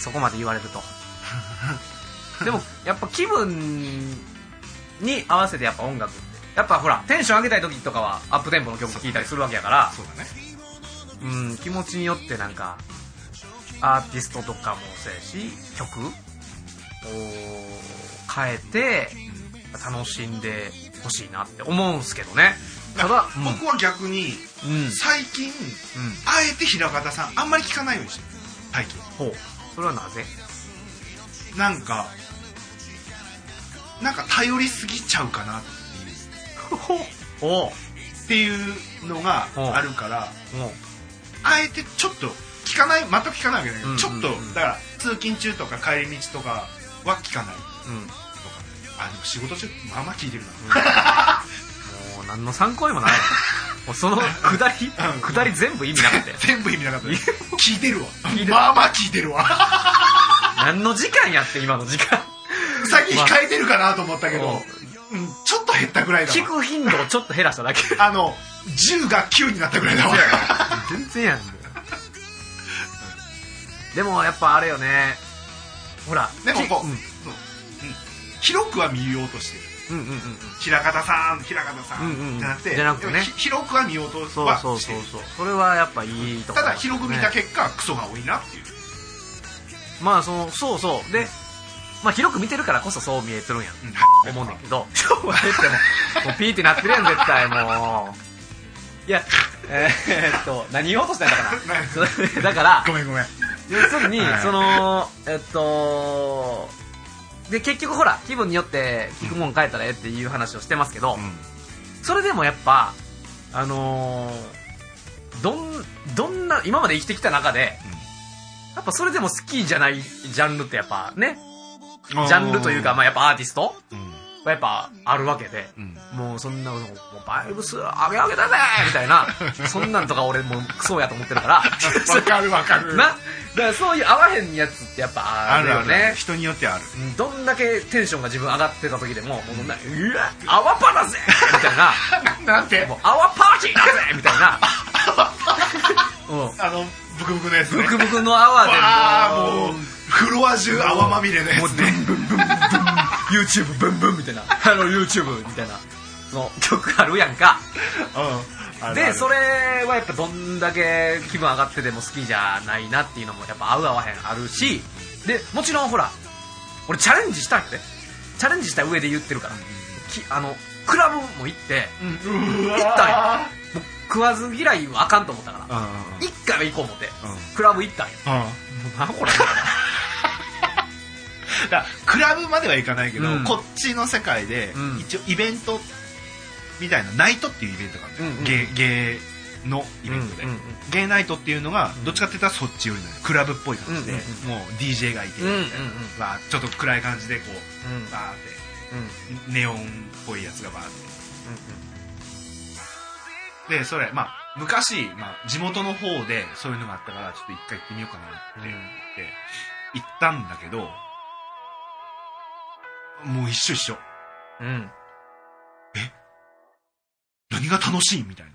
そこまで言われるとでもやっぱ気分に合わせてやっぱ音楽ってやっぱほらテンション上げたい時とかはアップテンポの曲聴いたりするわけやからそうだねうん気持ちによってなんかアーティストとかもそうやし曲を変えて楽しんでほしいなって思うんすけどねただうん僕は逆にうん最近うんあえて平方さんあんまり聞かないようにしてる最近ほうそれはなぜなんかなんか頼りすぎちゃうかなっていうおうっていうのがあるからおうあえてちょっと聞かない全く聞かないわけだけど、うんちょっとうんうんだから通勤中とか帰り道とかは聞かないうんあでも仕事中まあまあ聞いてるなもう何の参考にもな *laughs* らないもうその下りん下り全部意味なくて *laughs* 全部意味なかったね聞いてるわいてるまあまあ聞いてるわ何の時間やって今の時 *laughs* 間最近控えてるかなと思ったけど、まあうん、ちょっと減ったぐらいだ聞わく頻度をちょっと減らしただけあの10が9になったぐらいだわ *laughs* 全然やんもうでもやっぱあれよねほらでもきこううん広くは見ようとしてるうんうんうん平方さん平方さん、うんうんじゃなくてじゃなくてねひ広くは見ようとはしてそうるそうそうそうそれはやっぱいいとこたろだすね広く見た結果、クソが多いなっていうまあそのそうそうで、まあ、広く見てるからこそそう見えてるんやん思うねんだけど *laughs* そうは言ってももうピーってなってるやん絶対もういやえー、っと何言おうとしたんだからだからごめんごめん要するに、そのえっとで結局ほら気分によって聞くもん変えたらええっていう話をしてますけど、それでもやっぱあのーどんどんな今まで生きてきた中で、やっぱそれでも好きじゃないジャンルってやっぱねジャンルというか、まあ、やっぱアーティストはやっぱあるわけで、もうそんなもうバイブス上げ上げだぜみたい *laughs* なそんなんとか俺もうクソやと思ってるからわかるわかるな、だからそういう合わへんやつってやっぱああるるよあるね。人によってあるうんどんだけテンションが自分上がってた時でも、もうそんな、うわ、泡パだぜみたいな、 *laughs* なんてもう泡パーティーだぜみたい *laughs* な、うんあのブクブクのやつねブクブクの泡でああももうう、フロア中泡まみれのやつね YouTube ブンブンみたいな、あの YouTube みたいな、の曲あるやんか。うんあるあで、るそれはやっぱどんだけ気分上がってでも好きじゃないなっていうのもやっぱ合う合わへんあるし、で、もちろんほら、俺チャレンジしたんやで。チャレンジした上で言ってるから。きあの、クラブも行って、行ったんや。もう食わず嫌いはあかんと思ったから。うんうん一回は行こう思って、んクラブ行ったんや。うんなんこれ。だクラブまではいかないけど、うんこっちの世界で、うん一応イベントみたいなナイトっていうイベントがあるんだよ、うんうんゲーゲーのイベントで、うんうんうんゲーナイトっていうのがどっちかって言ったらそっち寄りなのクラブっぽい感じで、うんもう DJ がいて、うんうんうんわーちょっと暗い感じでこううんバーっうんてネオンっぽいやつがバーってでそれまあ昔、まあ、地元の方でそういうのがあったからちょっと一回行ってみようかなって言って、行ったんだけどもう一緒一緒うんうん。何が楽しいみたいな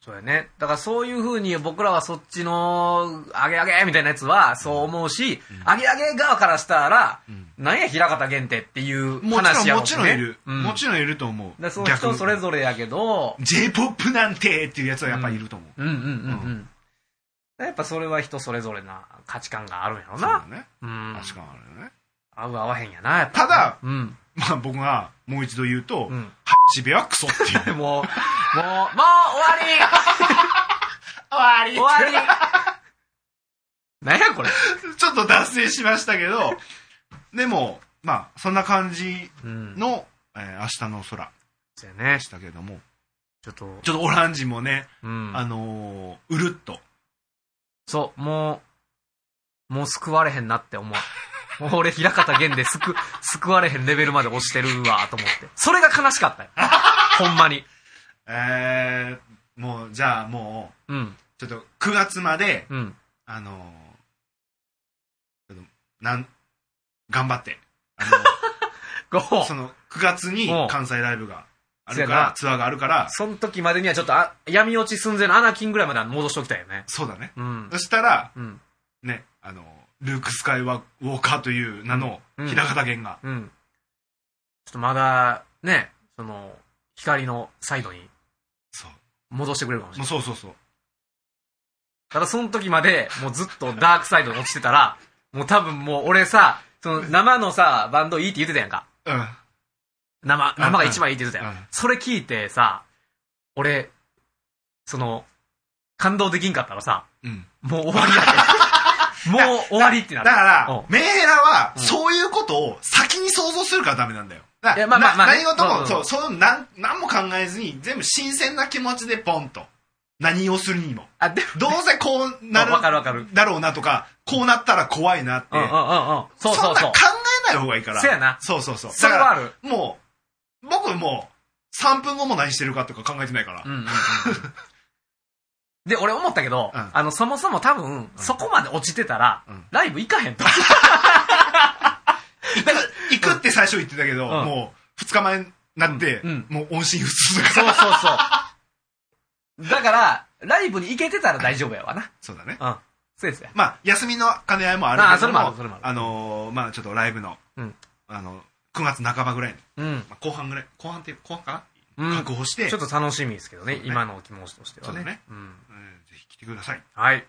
そうやね。だからそういう風に僕らはそっちの、あげあげみたいなやつはそう思うし、あ、げあげ側からしたら、なんや平方限定っていうもちろん、話やもちろんいる、うん、もちろんいると思うだからそう人それぞれやけど、 j p o p なんてっていうやつはやっぱりいると思う、うんうんうんうん。やっぱそれは人それぞれな価値観があるんやろそうだな。ねうん。確かにあるよね合う合わへんやな、やっぱ。ただ、うん。まあ、僕がもう一度言うと、うはっん。しべはクソっていうもう、もう、もう *laughs* 終終わわりり終わ *laughs* りなんやこれ。ちょっと脱線しましたけどでもまあそんな感じうん。の、えー明日の空そうやねで。したけどもちょっと、ちょっとオランジもね、うん。あのーうるっとそう、もう、もう救われへんなって思う。もう俺、平方源で救、 *laughs* 救われへんレベルまで落ちてるわ、と思って。それが悲しか *laughs* ったよ。ほんまに。えー、もうじゃあもうん、うちょっと9月までうん。あのーちょっとなん、頑張って。あごのその、9月におう関西ライブがあるそうかやらな、ツアーがあるから、その時までにはちょっとあ、闇落ち寸前のアナキンぐらいまでは戻しておきたいよね。そうだね。うんそ。したら、うん。ね、あの、ルーク・スカイワウォーカーという名の、うん平方源が、うん。ちょっとまだ、ね、その、光のサイドにそう。戻してくれるかもしれもなうい。そうそうそう。ただその時まで、もうずっとダークサイドに落ちてたら、もう多分もう俺さ、その生のさ、バンドいいって言ってたやんか。うん。生、生が一番いいって言ってたようんうん。それ聞いてさ、俺、その、感動できんかったらさ、うん。もう終わりや *laughs* って。もう終わりってなだる。から、うメンヘラは、うんそういうことを先に想像するからダメなんだよ。だいからやまあまあなまあね何事も、そそうう、その、なん、何も考えずに、全部新鮮な気持ちでポンと。何をするにも。あ、でも、どうせこうなるわかるわかる。だろうなとか、こうなったら怖いなってうんう、んうんうん。そうそそんうなそ考う。えない方がいいから。そうやなそうそうそう。それはあるだからもう、僕もう、3分後も何してるかとか考えてないからうん。うんうんうんで、俺思ったけど、うんあの、そもそも多分、そこまで落ちてたらうん、ライブ行かへんと。行くって最初言ってたけど、んもう、2日前になってうん、もう音信不通だかそうら。そうそう。だから、ライブに行けてたら大丈夫やわな。そうだね。うん。そうですよ。まあ、休みの兼ね合いもああるそれけどもあもるそれもあ、るあのー、まあちょっとライブのうん、あの、 9月半ばぐらいに、うん。まあ、後半ぐらい後半っていう後半かな、うん確保してちょっと楽しみですけどね、そうだね今のお気持ちとしてはね。そうだねん。うんぜひ来てくださいはい。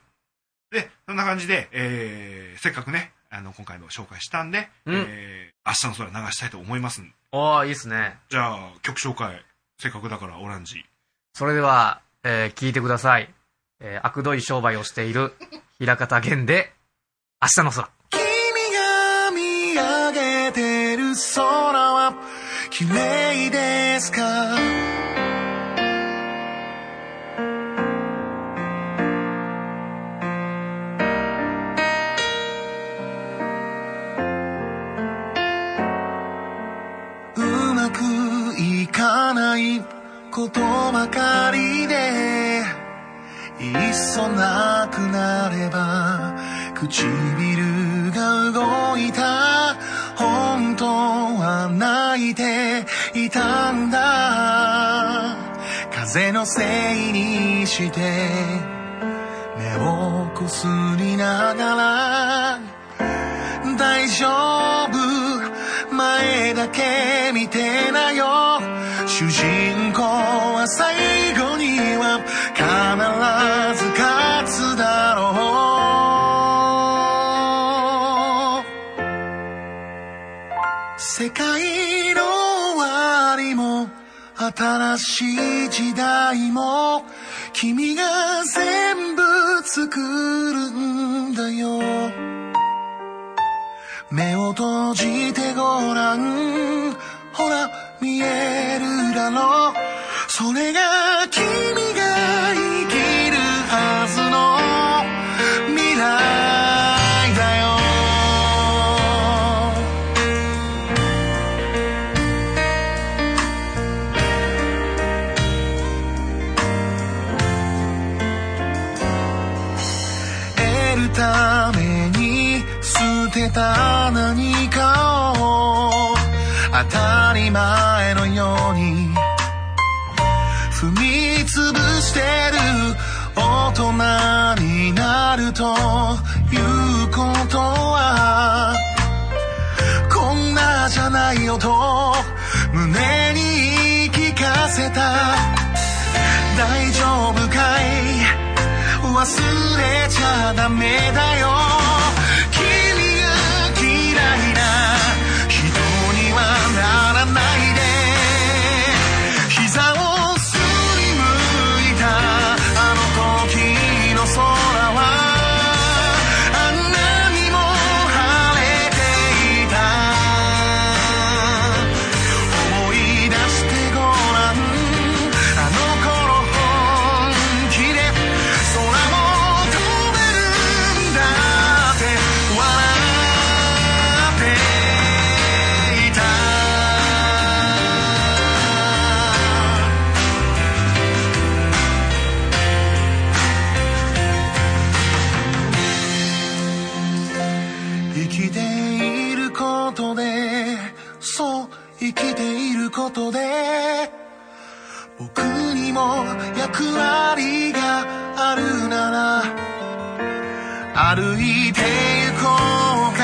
でそんな感じで、えーせっかくねあの今回も紹介したんで、うんえー明日の空流したいと思いますんでおー、いいですね。じゃあ曲紹介せっかくだからオランジそれでは、えー聞いてください。えー、悪どい商売をしている、平方玄で、明日の空。君が見上げてる空は綺麗ですかうまくいかないことばかりでいっそなくなれば唇が動いた本当は泣いていたんだ風のせいにして目をこすりながら大丈夫前だけ見てなよ主人公は最後には必ず勝つだろう世界の終わりも新しい時代も君が全部作るんだよ目を閉じてごらんほら見えるだろうそれが君が生きるはずの未来だよ得るために捨てた何かを当たり前のように踏みつぶしてる大人になるということはこんなじゃないよと胸に言い聞かせた大丈夫かい忘れちゃダメだよ君が嫌いな人にはならないで膝をすりむいたあの時の空はあんなにも晴れていた思い出してごらんあの頃本気で空も飛べるんだって笑っていた生きていることでそう生きていることで僕にも役割があるなら歩いて行こうか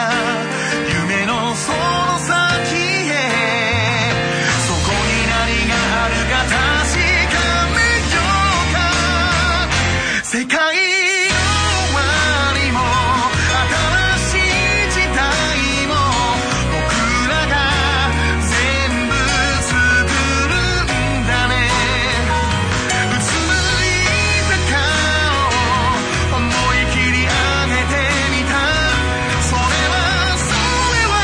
夢のその先へそこに何があるか確かめようか世界の終わりも新しい時代も僕らが全部作るんだねうつむいた顔を思い切り上げてみたそれはそれは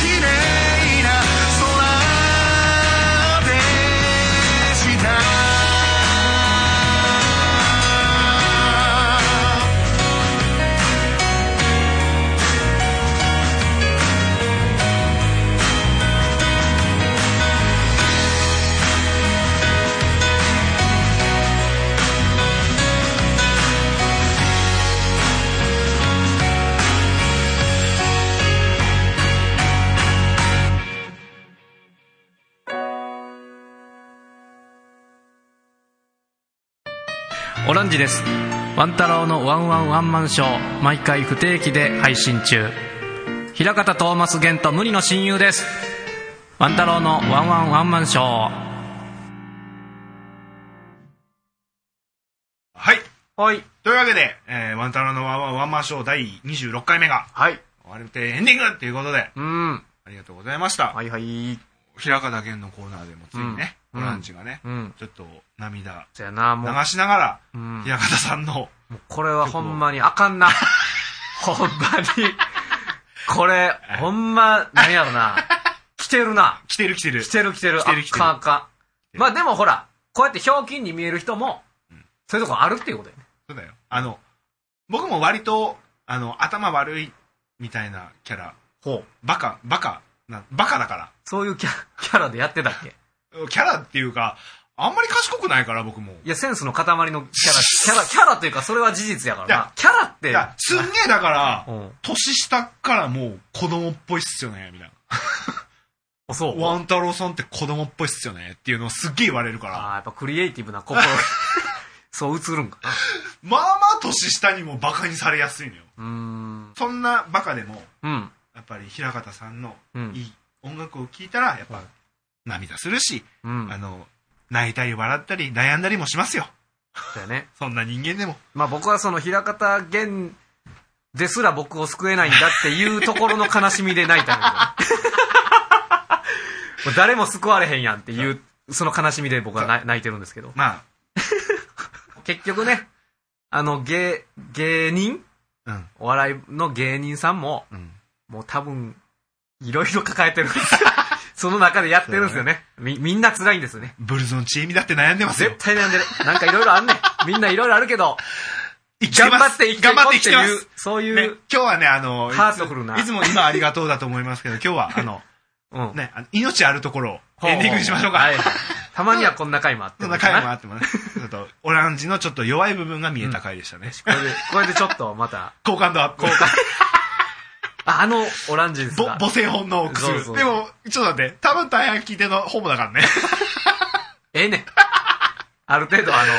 綺麗な空でしたオランジです。ワン太郎のワンワンワンマンショー、毎回不定期で配信中。平方トーマス玄と無理の親友です。ワン太郎のワンワンワンマンショー。はい。はい。というわけで、えーワンタラのワンワンワンマンショー第26回目がはい。終わりてエンディングということで、うん。ありがとうございました。はいはい。平方源のコーナーでもついにね、うんボランチがね、うん。ちょっと涙そやな、流もう。しながら、うん平方さんの、もうこれはほんまにあかん *laughs* な。ほんまに。これ、ほんま、なんやろな。来てるな。来てる来てる。来てる来てる。来てる来てるあかんあかん。まあでもほら、こうやってひょうきんに見える人も、そういうとこあるっていうことやね。そうだよ。あの、僕も割と、あの、頭悪いみたいなキャラ、ほう。バカ、バカ、なバカだかそういうキャキャラでやってたっけら。キャラっていうか、あんまり賢くないから僕も。いや、センスの塊のキャラ、キャラ、キャラというか、それは事実やからいやな。キャラっいて、や、すんげえだから、うん。年下からもう子供っぽいっすよね、みたいあそう。な。ワン太郎さんって子供っぽいっすよねっていうのをすっげえ言われるかあら、ーやっぱクリエイティブな心。 *laughs* そう映るんかな。まあまあ年下にもバカにされやすいのよ。うーん。そんなバカでも、うん。やっぱり平方さんのうんいい音楽を聴いたら、やっぱ涙するし、うんあ。の、泣いたり笑ったり悩んだりもしますよ。だよね。そんな人間でも。まあ僕はその平方源ですら僕を救えないんだっていうところの悲しみで泣いたのよ *laughs* もう誰も救われへんやんっていう、その悲しみで僕はな泣いてるんですけど。ま結局ね、あの芸、芸人あ、うん。お笑いの芸人さんも、うんもう多分、いろいろ抱えてるんです *laughs* その中でやってるんですよね。み、みんな辛いんですよね。ブルゾンチエミだって悩んでますよ絶。対悩んでる。なんかいろいろあんねん。みんないろいろあるけ *laughs* ど、生き頑てます張って生きていこうって頑張っいてう、そう生きていますうね、今日はね、あの、いつハートフルないつも今ありがとうだと思いますけど、今日は、あの、うん。ね、あの命あるところをエンディングにしましょうか。はい *laughs* たまにはこんな回もあって。そんな回もあってもね、 *laughs* ちょっと、オランジのちょっと弱い部分が見えた回でしたね。これで、これでちょっとまた、好感度アップ。 *laughs* ああの、オランジですぼが。母性本能をくすぐそうそうる。でも、ちょっと待って、多分大半聞いてるのホモだからね。ええ *laughs* ねん。ある程度、あの、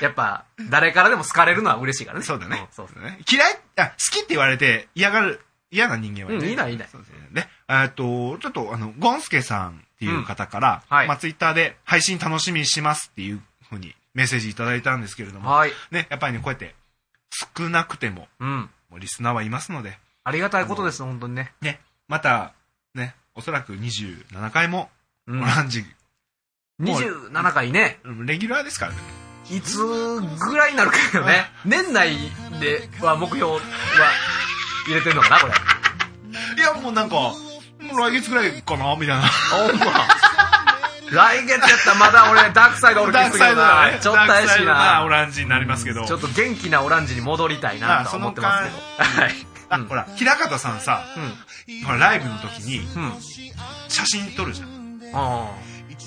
やっぱ、誰からでも好かれるのは嬉しいからね。そうだねん。そうそうね嫌い *laughs* あ、好きって言われて嫌がる、嫌な人間はいなうい。んいないいないそうですね。えっと、ちょっと、あの、ゴンスケさんっていう方から、うんはいまあ、ツイッターで配信楽しみにしますっていうふうにメッセージいただいたんですけれども、はい。ね、やっぱりね、こうやって、少なくても、うん。もうリスナーはいますので、ありがたいことです、本当にね。ね、また、ね、おそらく27回も、うオん。ランジ、 27回ね、レギュラーですからね。いつぐらいになるかよね。 *laughs* 年内では目標は入れてんのかな、これ。いや、もうなんか、もう来月ぐらいかなみたいな。 *laughs* ほんま。来月やったらまだ俺、ダークサイド俺ダーきクすぎサイるドだねな。。ちょっと怪しいダークサイドななオ。ランジになりますけど。ちょっと元気なオランジに戻りたいなとは思ってますけど。あ、はい。ほら、平方さんさ、ほら、ライブの時にうん。うん。写真撮るじゃん。あ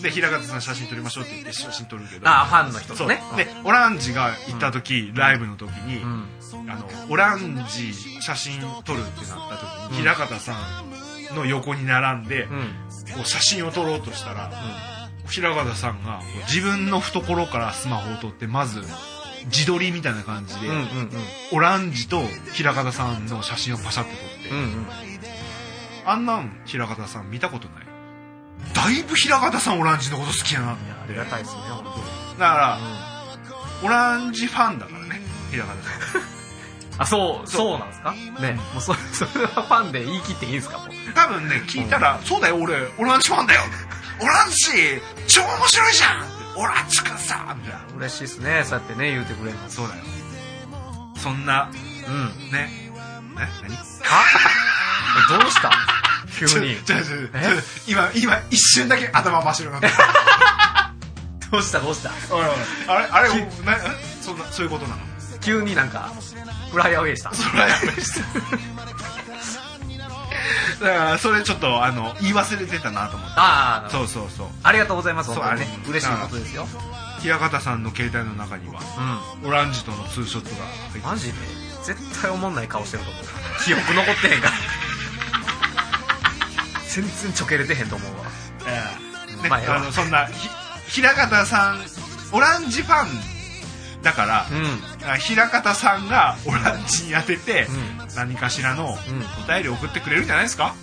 で、平方さん写真撮りましょうって言って写真撮るけど。あ、ファンの人そとう。ね。で、オランジが行った時、ライブの時にう、ん。あの、オランジ写真撮るってなった時に、うん平方さんの横に並んでう、ん。こう写真を撮ろうとしたら、平方さんがこう自分の懐からスマホを撮って、まず、自撮りみたいな感じで、うん。うん。うん。オランジと平方さんの写真をパシャって撮って、うん。うん。あんなん平方さん見たことないだいぶ平方さんオランジのこと好きやなってありがたいですね、本当だから、オランジファンだからね平方さんあ、そう、そうなんですかね。もうそれ、 *laughs* それはファンで言い切っていいんですかもう。多分ね聞いたら「そうだよ俺オランジファンだよオランジ超面白いじゃんオランジくんさ」みたいな嬉しいですね、そうやってね、言うてくれるの。そうだよそんなうん。ねえ何どうした急ちょに。ちょちょちょえ今今一瞬だけ頭真っ白になってる *laughs* どうしたどうしたおいおいあれあれなそんなそういうことなの急になんか、フライアウェイした。それはやめして *laughs* だからそれちょっとあの言い忘れてたなと思ってああ、そうそうそうありがとうございます、そう本当にねあ。れ嬉しいことですよ。平方さんの携帯の中にはうオランジとのツーショットがん。入ってマジで絶対おもんない顔してると思う。記憶残ってへんから。 *laughs* 全然ちょけれてへんと思うわ。ええねまあええわあのそんなひ平方さんオランジファンだからうん。あ平方さんがオランジに当ててう何かしらのおん便りを送ってくれるんじゃないですか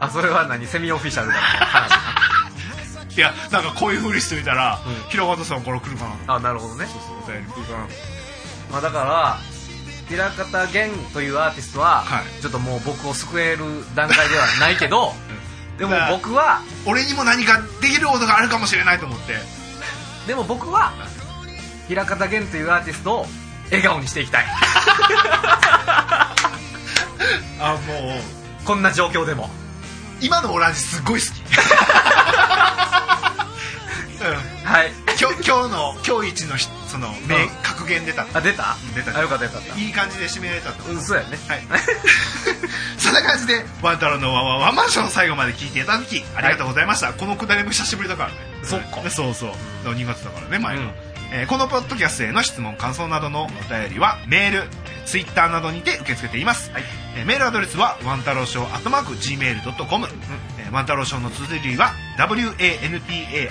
あそれは何セミオフィシャルだな話いやなんかこういうふうにしてみたら、平方さんから来るかな *laughs* あなるほどねお便り来るかなまあだから平方玄というアーティストは、はいちょっともう僕を救える段階ではないけ *laughs* どでも僕は俺にも何かできることがあるかもしれないと思ってでも僕は平方玄というアーティストを笑顔にしてい *laughs* きたいあもうこんな状況でも今のオランジすっごい好き、うんはい今日今日の今日一のひその名格言出たあ出た出たあよかったよかったいい感じで締められたとうんそうやねはい *laughs* そんな感じでワン太郎のワンワンワンマンション最後まで聞いていただきありがとうございました、このくだりも久しぶりだからねそっかねそうそう2月だからね前の、うんえーこのポッドキャストへの質問感想などのお便りはメールツイッターなどにて受け付けています、はいえーメールアドレスはワンタローショーアットマーク Gmail.com、えーワンタローショーの綴りははい WANTAROSHOW、えー WANTAROSHOW です、え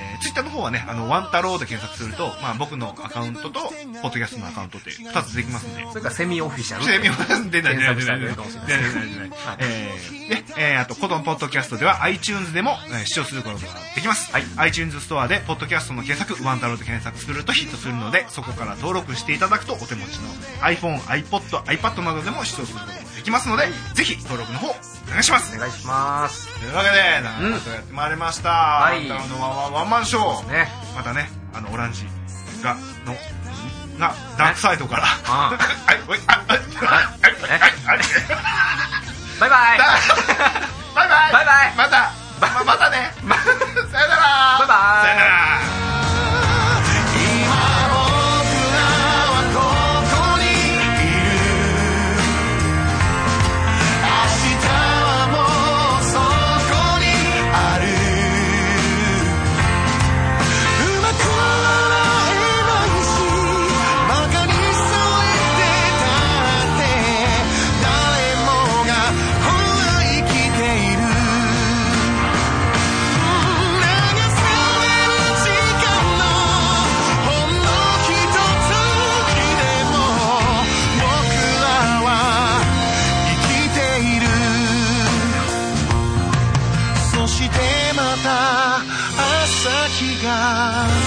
ーツイッターの方はね、あの、ワンタローで検索すると、まあ僕のアカウントと、ポッドキャストのアカウントって2つできますんで。それからセミオフィシャルちょっと見ます出ない出ない検索し出たらな出い出なるいかもしれない出ない出ないはいえーで、えーあと、このポッドキャストでは iTunes でも、えー視聴することができます。はい iTunes ストアで、ポッドキャストの検索、ワンタローで検索するとヒットするので、そこから登録していただくと、お手持ちの iPhone、iPod、iPad などでも視聴することができますので、ぜひ登録の方、お願いしますお。願いしますというわけで、なんかそうやってまいりました。ワいンタローのワンワンワンマンショー。ねまたねあのオランジがのがダークサイドからあはいはいはいはいはいはいバイバイバイバイバイバイまたままたねさバイよならバイさよならそしてまた朝日が